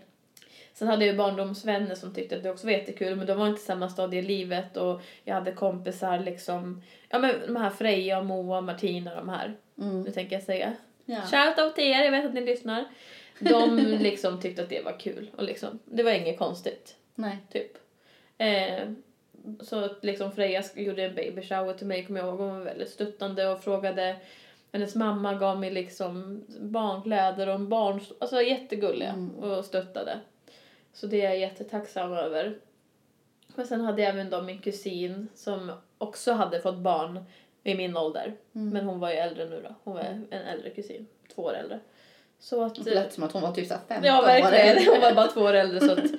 Sen hade jag ju barndomsvänner som tyckte att det också var jättekul men de var inte i samma stadie i livet och jag hade kompisar liksom, ja men de här Freja, Moa, Martina de här, nu Mm. tänker jag säga. Ja. Shout out till er, jag vet att ni lyssnar. (laughs) De liksom tyckte att det var kul och liksom, det var inget konstigt, Nej. typ. Eh, så att liksom Freja sk- gjorde en baby shower till mig, kommer jag ihåg, hon var väldigt stöttande och frågade hennes mamma gav mig liksom barnkläder och en barn... Alltså jättegulliga Mm. och stöttade. Så det är jag jättetacksam över. Men sen hade jag även då min kusin som också hade fått barn i min ålder. Mm. Men hon var ju äldre nu då. Hon var en äldre kusin. Två år äldre. Så att... eh, Det lät som att hon var typ så här 15 Ja, verkligen. (laughs) Hon var bara två år äldre så (laughs) att...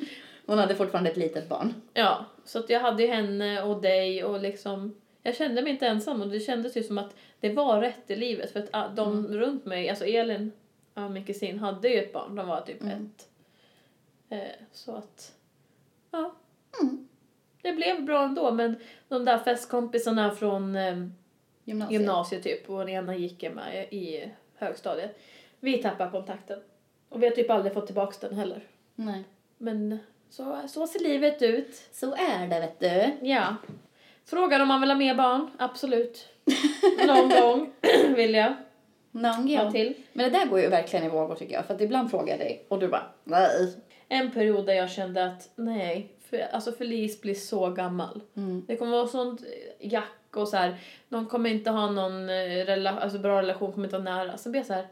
Hon hade fortfarande ett litet barn. Ja, så att jag hade ju henne och dig och liksom... Jag kände mig inte ensam och det kändes ju som att det var rätt i livet för att ah, de Mm. runt mig, alltså Elin, ja, min kusin, hade ju ett barn, de var typ Mm. ett. Eh, så att, ja. Mm. Det blev bra ändå men de där festkompisarna från eh, Gymnasiet. gymnasiet typ och den ena gick jag med i högstadiet, vi tappade kontakten. Och vi har typ aldrig fått tillbaka den heller. Nej. Men så, så ser livet ut. Så är det vet du. Ja. Frågan om man vill ha mer barn? Absolut. Någon gång (clears throat) vill jag Någon ha gång. till. Men det där går ju verkligen i vågor tycker jag. För att ibland frågar jag dig och du bara nej. En period där jag kände att nej, för, alltså Felice blir så gammal. Mm. Det kommer vara sånt eh, jack och så här. De kommer inte ha någon eh, rela- alltså bra relation, kommer inte vara nära. Så blir jag så här,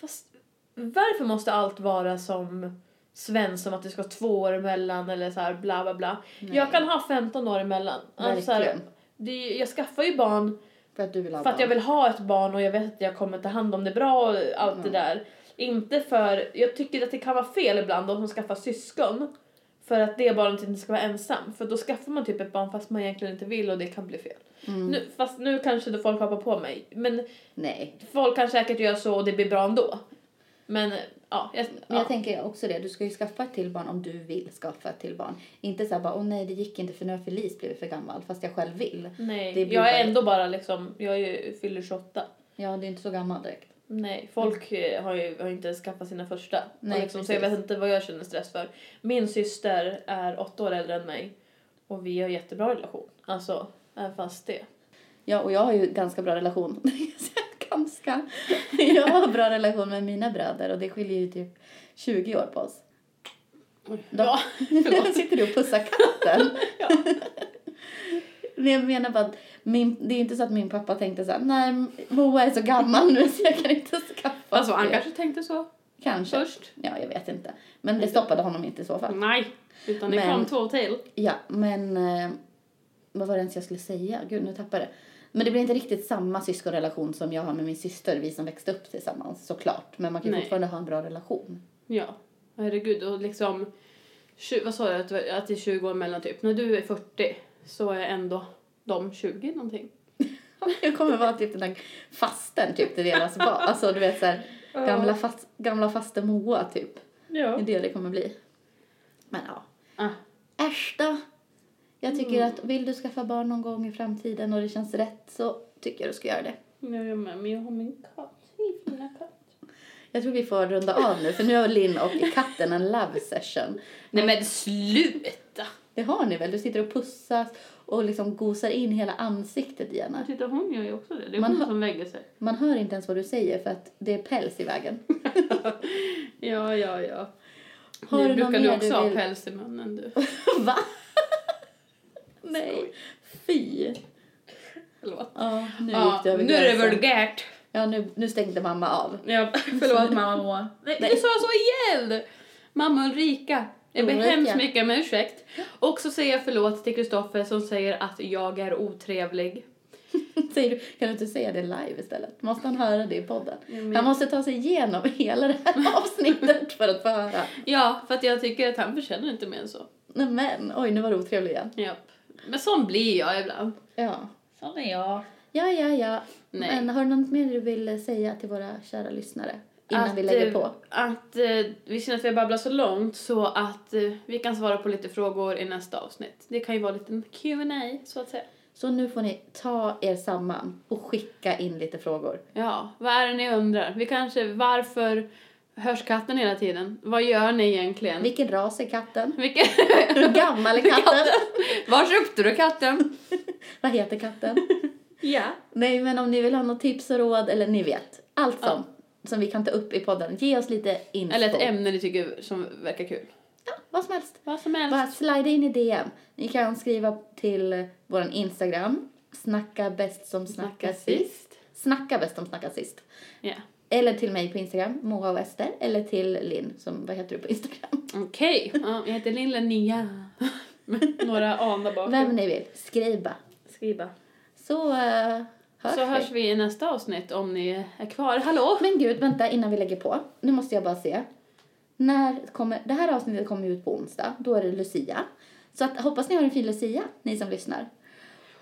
fast varför måste allt vara som Svensson, att det ska vara två år emellan eller så här bla bla bla. Nej. Jag kan ha 15 år emellan. Alltså, så här, Verkligen. det, är ju- jag skaffar ju barn För att du vill ha För att jag barn. vill ha ett barn och jag vet att jag kommer ta hand om det bra och allt det Mm. där. Inte för, jag tycker att det kan vara fel ibland de som skaffar syskon. För att det barnet inte ska vara ensam. För då skaffar man typ ett barn fast man egentligen inte vill och det kan bli fel. Mm. Nu, fast nu kanske då folk hoppar på mig. Men Nej. folk kan säkert göra så och det blir bra ändå. Men ja, jag, Men ja. jag tänker också det, du ska ju skaffa ett till barn om du vill skaffa ett till barn. Inte så här bara, åh nej det gick inte för nu har Felice blivit för gammal fast jag själv vill. nej. det blir Jag bara- är ändå bara liksom, jag är ju, fyller 28. Ja, det är inte så gammal direkt. Nej, folk eh, har ju har inte ens skaffat sina första. Nej, och liksom, så jag precis. vet inte vad jag känner stress för. Min syster är åtta år äldre än mig och vi har jättebra relation. Alltså, även fast det. Ja, och jag har ju ganska bra relation. (laughs) ganska. (laughs) Jag har bra relation med mina bröder och det skiljer ju typ 20 år på oss. De- (laughs) Ja, Nu förlåt. sitter du och pussar katten. (laughs) Ja. Men jag menar bara att min, det är inte så att min pappa tänkte så här, nej Moa är så gammal nu så jag kan inte skaffa Alltså, han fler." kanske tänkte så Kanske. först. Mm. Ja, jag vet inte. Men det stoppade honom inte i så fall. Nej, utan det Men- kom två till. Ja, men eh, vad var det ens jag skulle säga? Gud, nu tappade jag det. Men det blir inte riktigt samma syskonrelation som jag har med min syster, vi som växte upp tillsammans såklart. Men man kan ju Nej. fortfarande ha en bra relation. Ja, herregud. Och liksom, tju- vad sa jag att, det var- att det är 20 år mellan typ. När du är 40 så är ändå de 20 någonting. (laughs) Jag kommer vara typ den där fasten typ till deras barn. Alltså du vet såhär, gamla, fast, gamla faste Moa typ. Det Ja. är det det kommer bli. Men ja. Ah, Äsch då. Jag tycker att vill du skaffa barn någon gång i framtiden och det känns rätt så tycker jag du ska göra det. nu är jag med, men jag har min katt. Min fina katt. Jag tror vi får runda av nu för nu har Linn och katten en love session. Nej men sluta! Det har ni väl? Du sitter och pussas och liksom gosar in hela ansiktet i henne. Titta hon gör ju också det. Det är Man hon har- som lägger sig. Man hör inte ens vad du säger för att det är päls i vägen. Ja, ja, ja. Har nu du brukar någon du mer också du ha vill- päls i munnen du. (laughs) Va? Nej, fy. Förlåt. Ja, nu Ja, gick det över nu är det gränsen. vulgärt. Ja, nu, nu stängde mamma av. (laughs) Ja, förlåt mamma Moa. Nej, Nej. du sa så ihjäl! Mamma Ulrika. Jag ber Ulrika. hemskt mycket om ursäkt. Och så säger jag förlåt till Kristoffer som säger att jag är otrevlig. Säger du, kan du inte säga det live istället? Måste han höra det i podden? men- Han måste ta sig igenom (laughs) hela det här avsnittet för att få höra. Ja, för att jag tycker att han förtjänar inte mer än så. Nej men, oj nu var du otrevlig igen. Japp. Men sån blir jag ibland. Ja. Sån är jag. Ja, ja, ja. Nej. Men har du något mer du vill säga till våra kära lyssnare? Innan vi Att, lägger eh, på. Att eh, vi känner att vi har babblat så långt så att eh, vi kan svara på lite frågor i nästa avsnitt. Det kan ju vara en liten Q&A så att säga. Så nu får ni ta er samman och skicka in lite frågor. Ja, vad är det ni undrar? Vi kanske, varför hörs katten hela tiden? Vad gör ni egentligen? Vilken ras är (laughs) katten? Vilken... Hur gammal är katten? Vars uppdrag katten? Vad heter katten? Ja. Nej, men om ni vill ha något tips och råd, eller ni vet, allt som, som vi kan ta upp i podden, ge oss lite info. Eller ett ämne ni tycker som verkar kul. Ja, vad som helst. Vad som helst. Bara slida in i DM. Ni kan skriva till vår Instagram, snacka bäst som snackar sist. Snacka bäst som snackar sist. Ja. Eller till mig på Instagram, Moa och Ester. Eller till Linn, som, vad heter du på Instagram? Okej. Ja, jag heter Lilla Nia. (laughs) Med Några anar bakom. Vem ni vill, skriv bara. Skriva. Så eh, hörs Så vi. hörs vi i nästa avsnitt om ni är kvar. Hallå! Men gud, vänta innan vi lägger på. Nu måste jag bara se. När kommer, det här avsnittet kommer ut på onsdag. Då är det Lucia. Så att, hoppas ni har en fin Lucia, ni som lyssnar.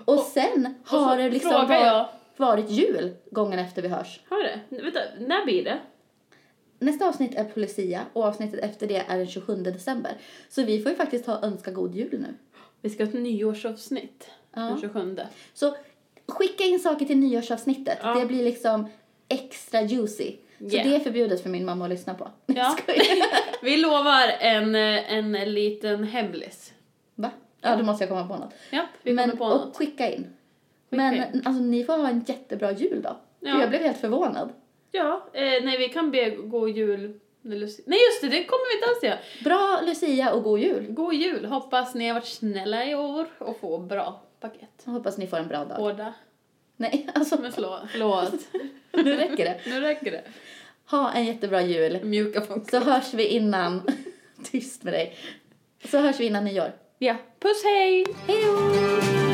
Och, sen så har det liksom frågar var, jag- varit jul gången efter vi hörs. Har det? Vänta, när blir det? Nästa avsnitt är på Lucia och avsnittet efter det är den 27 december. Så vi får ju faktiskt ha önska god jul nu. Vi ska ha ett nyårsavsnitt Ja. den 27. Så skicka in saker till nyårsavsnittet. Ja. Det blir liksom extra juicy. Så Yeah. det är förbjudet för min mamma att lyssna på. (laughs) Ja. Skojar. (laughs) Vi lovar en, eh, en liten hemlis. Va? Ja, då måste jag komma på något. Ja, vi Men, kommer på och något. skicka in. Men alltså ni får ha en jättebra jul då. Ja. För jag blev helt förvånad. Ja, eh, nej vi kan be god jul. när Lucia- Nej just det, det kommer vi inte alls göra. Bra Lucia och god jul. God jul, hoppas ni har varit snälla i år och får bra paket. Så hoppas ni får en bra dag. Hårda, Nej, alltså men slå, (laughs) förlåt. nu räcker det. Nu räcker det. Ha en jättebra jul. Mjuka funkar. Så hörs vi innan... (laughs) Tyst med dig. Så hörs vi innan nyår. Ja, puss hej! Hej då!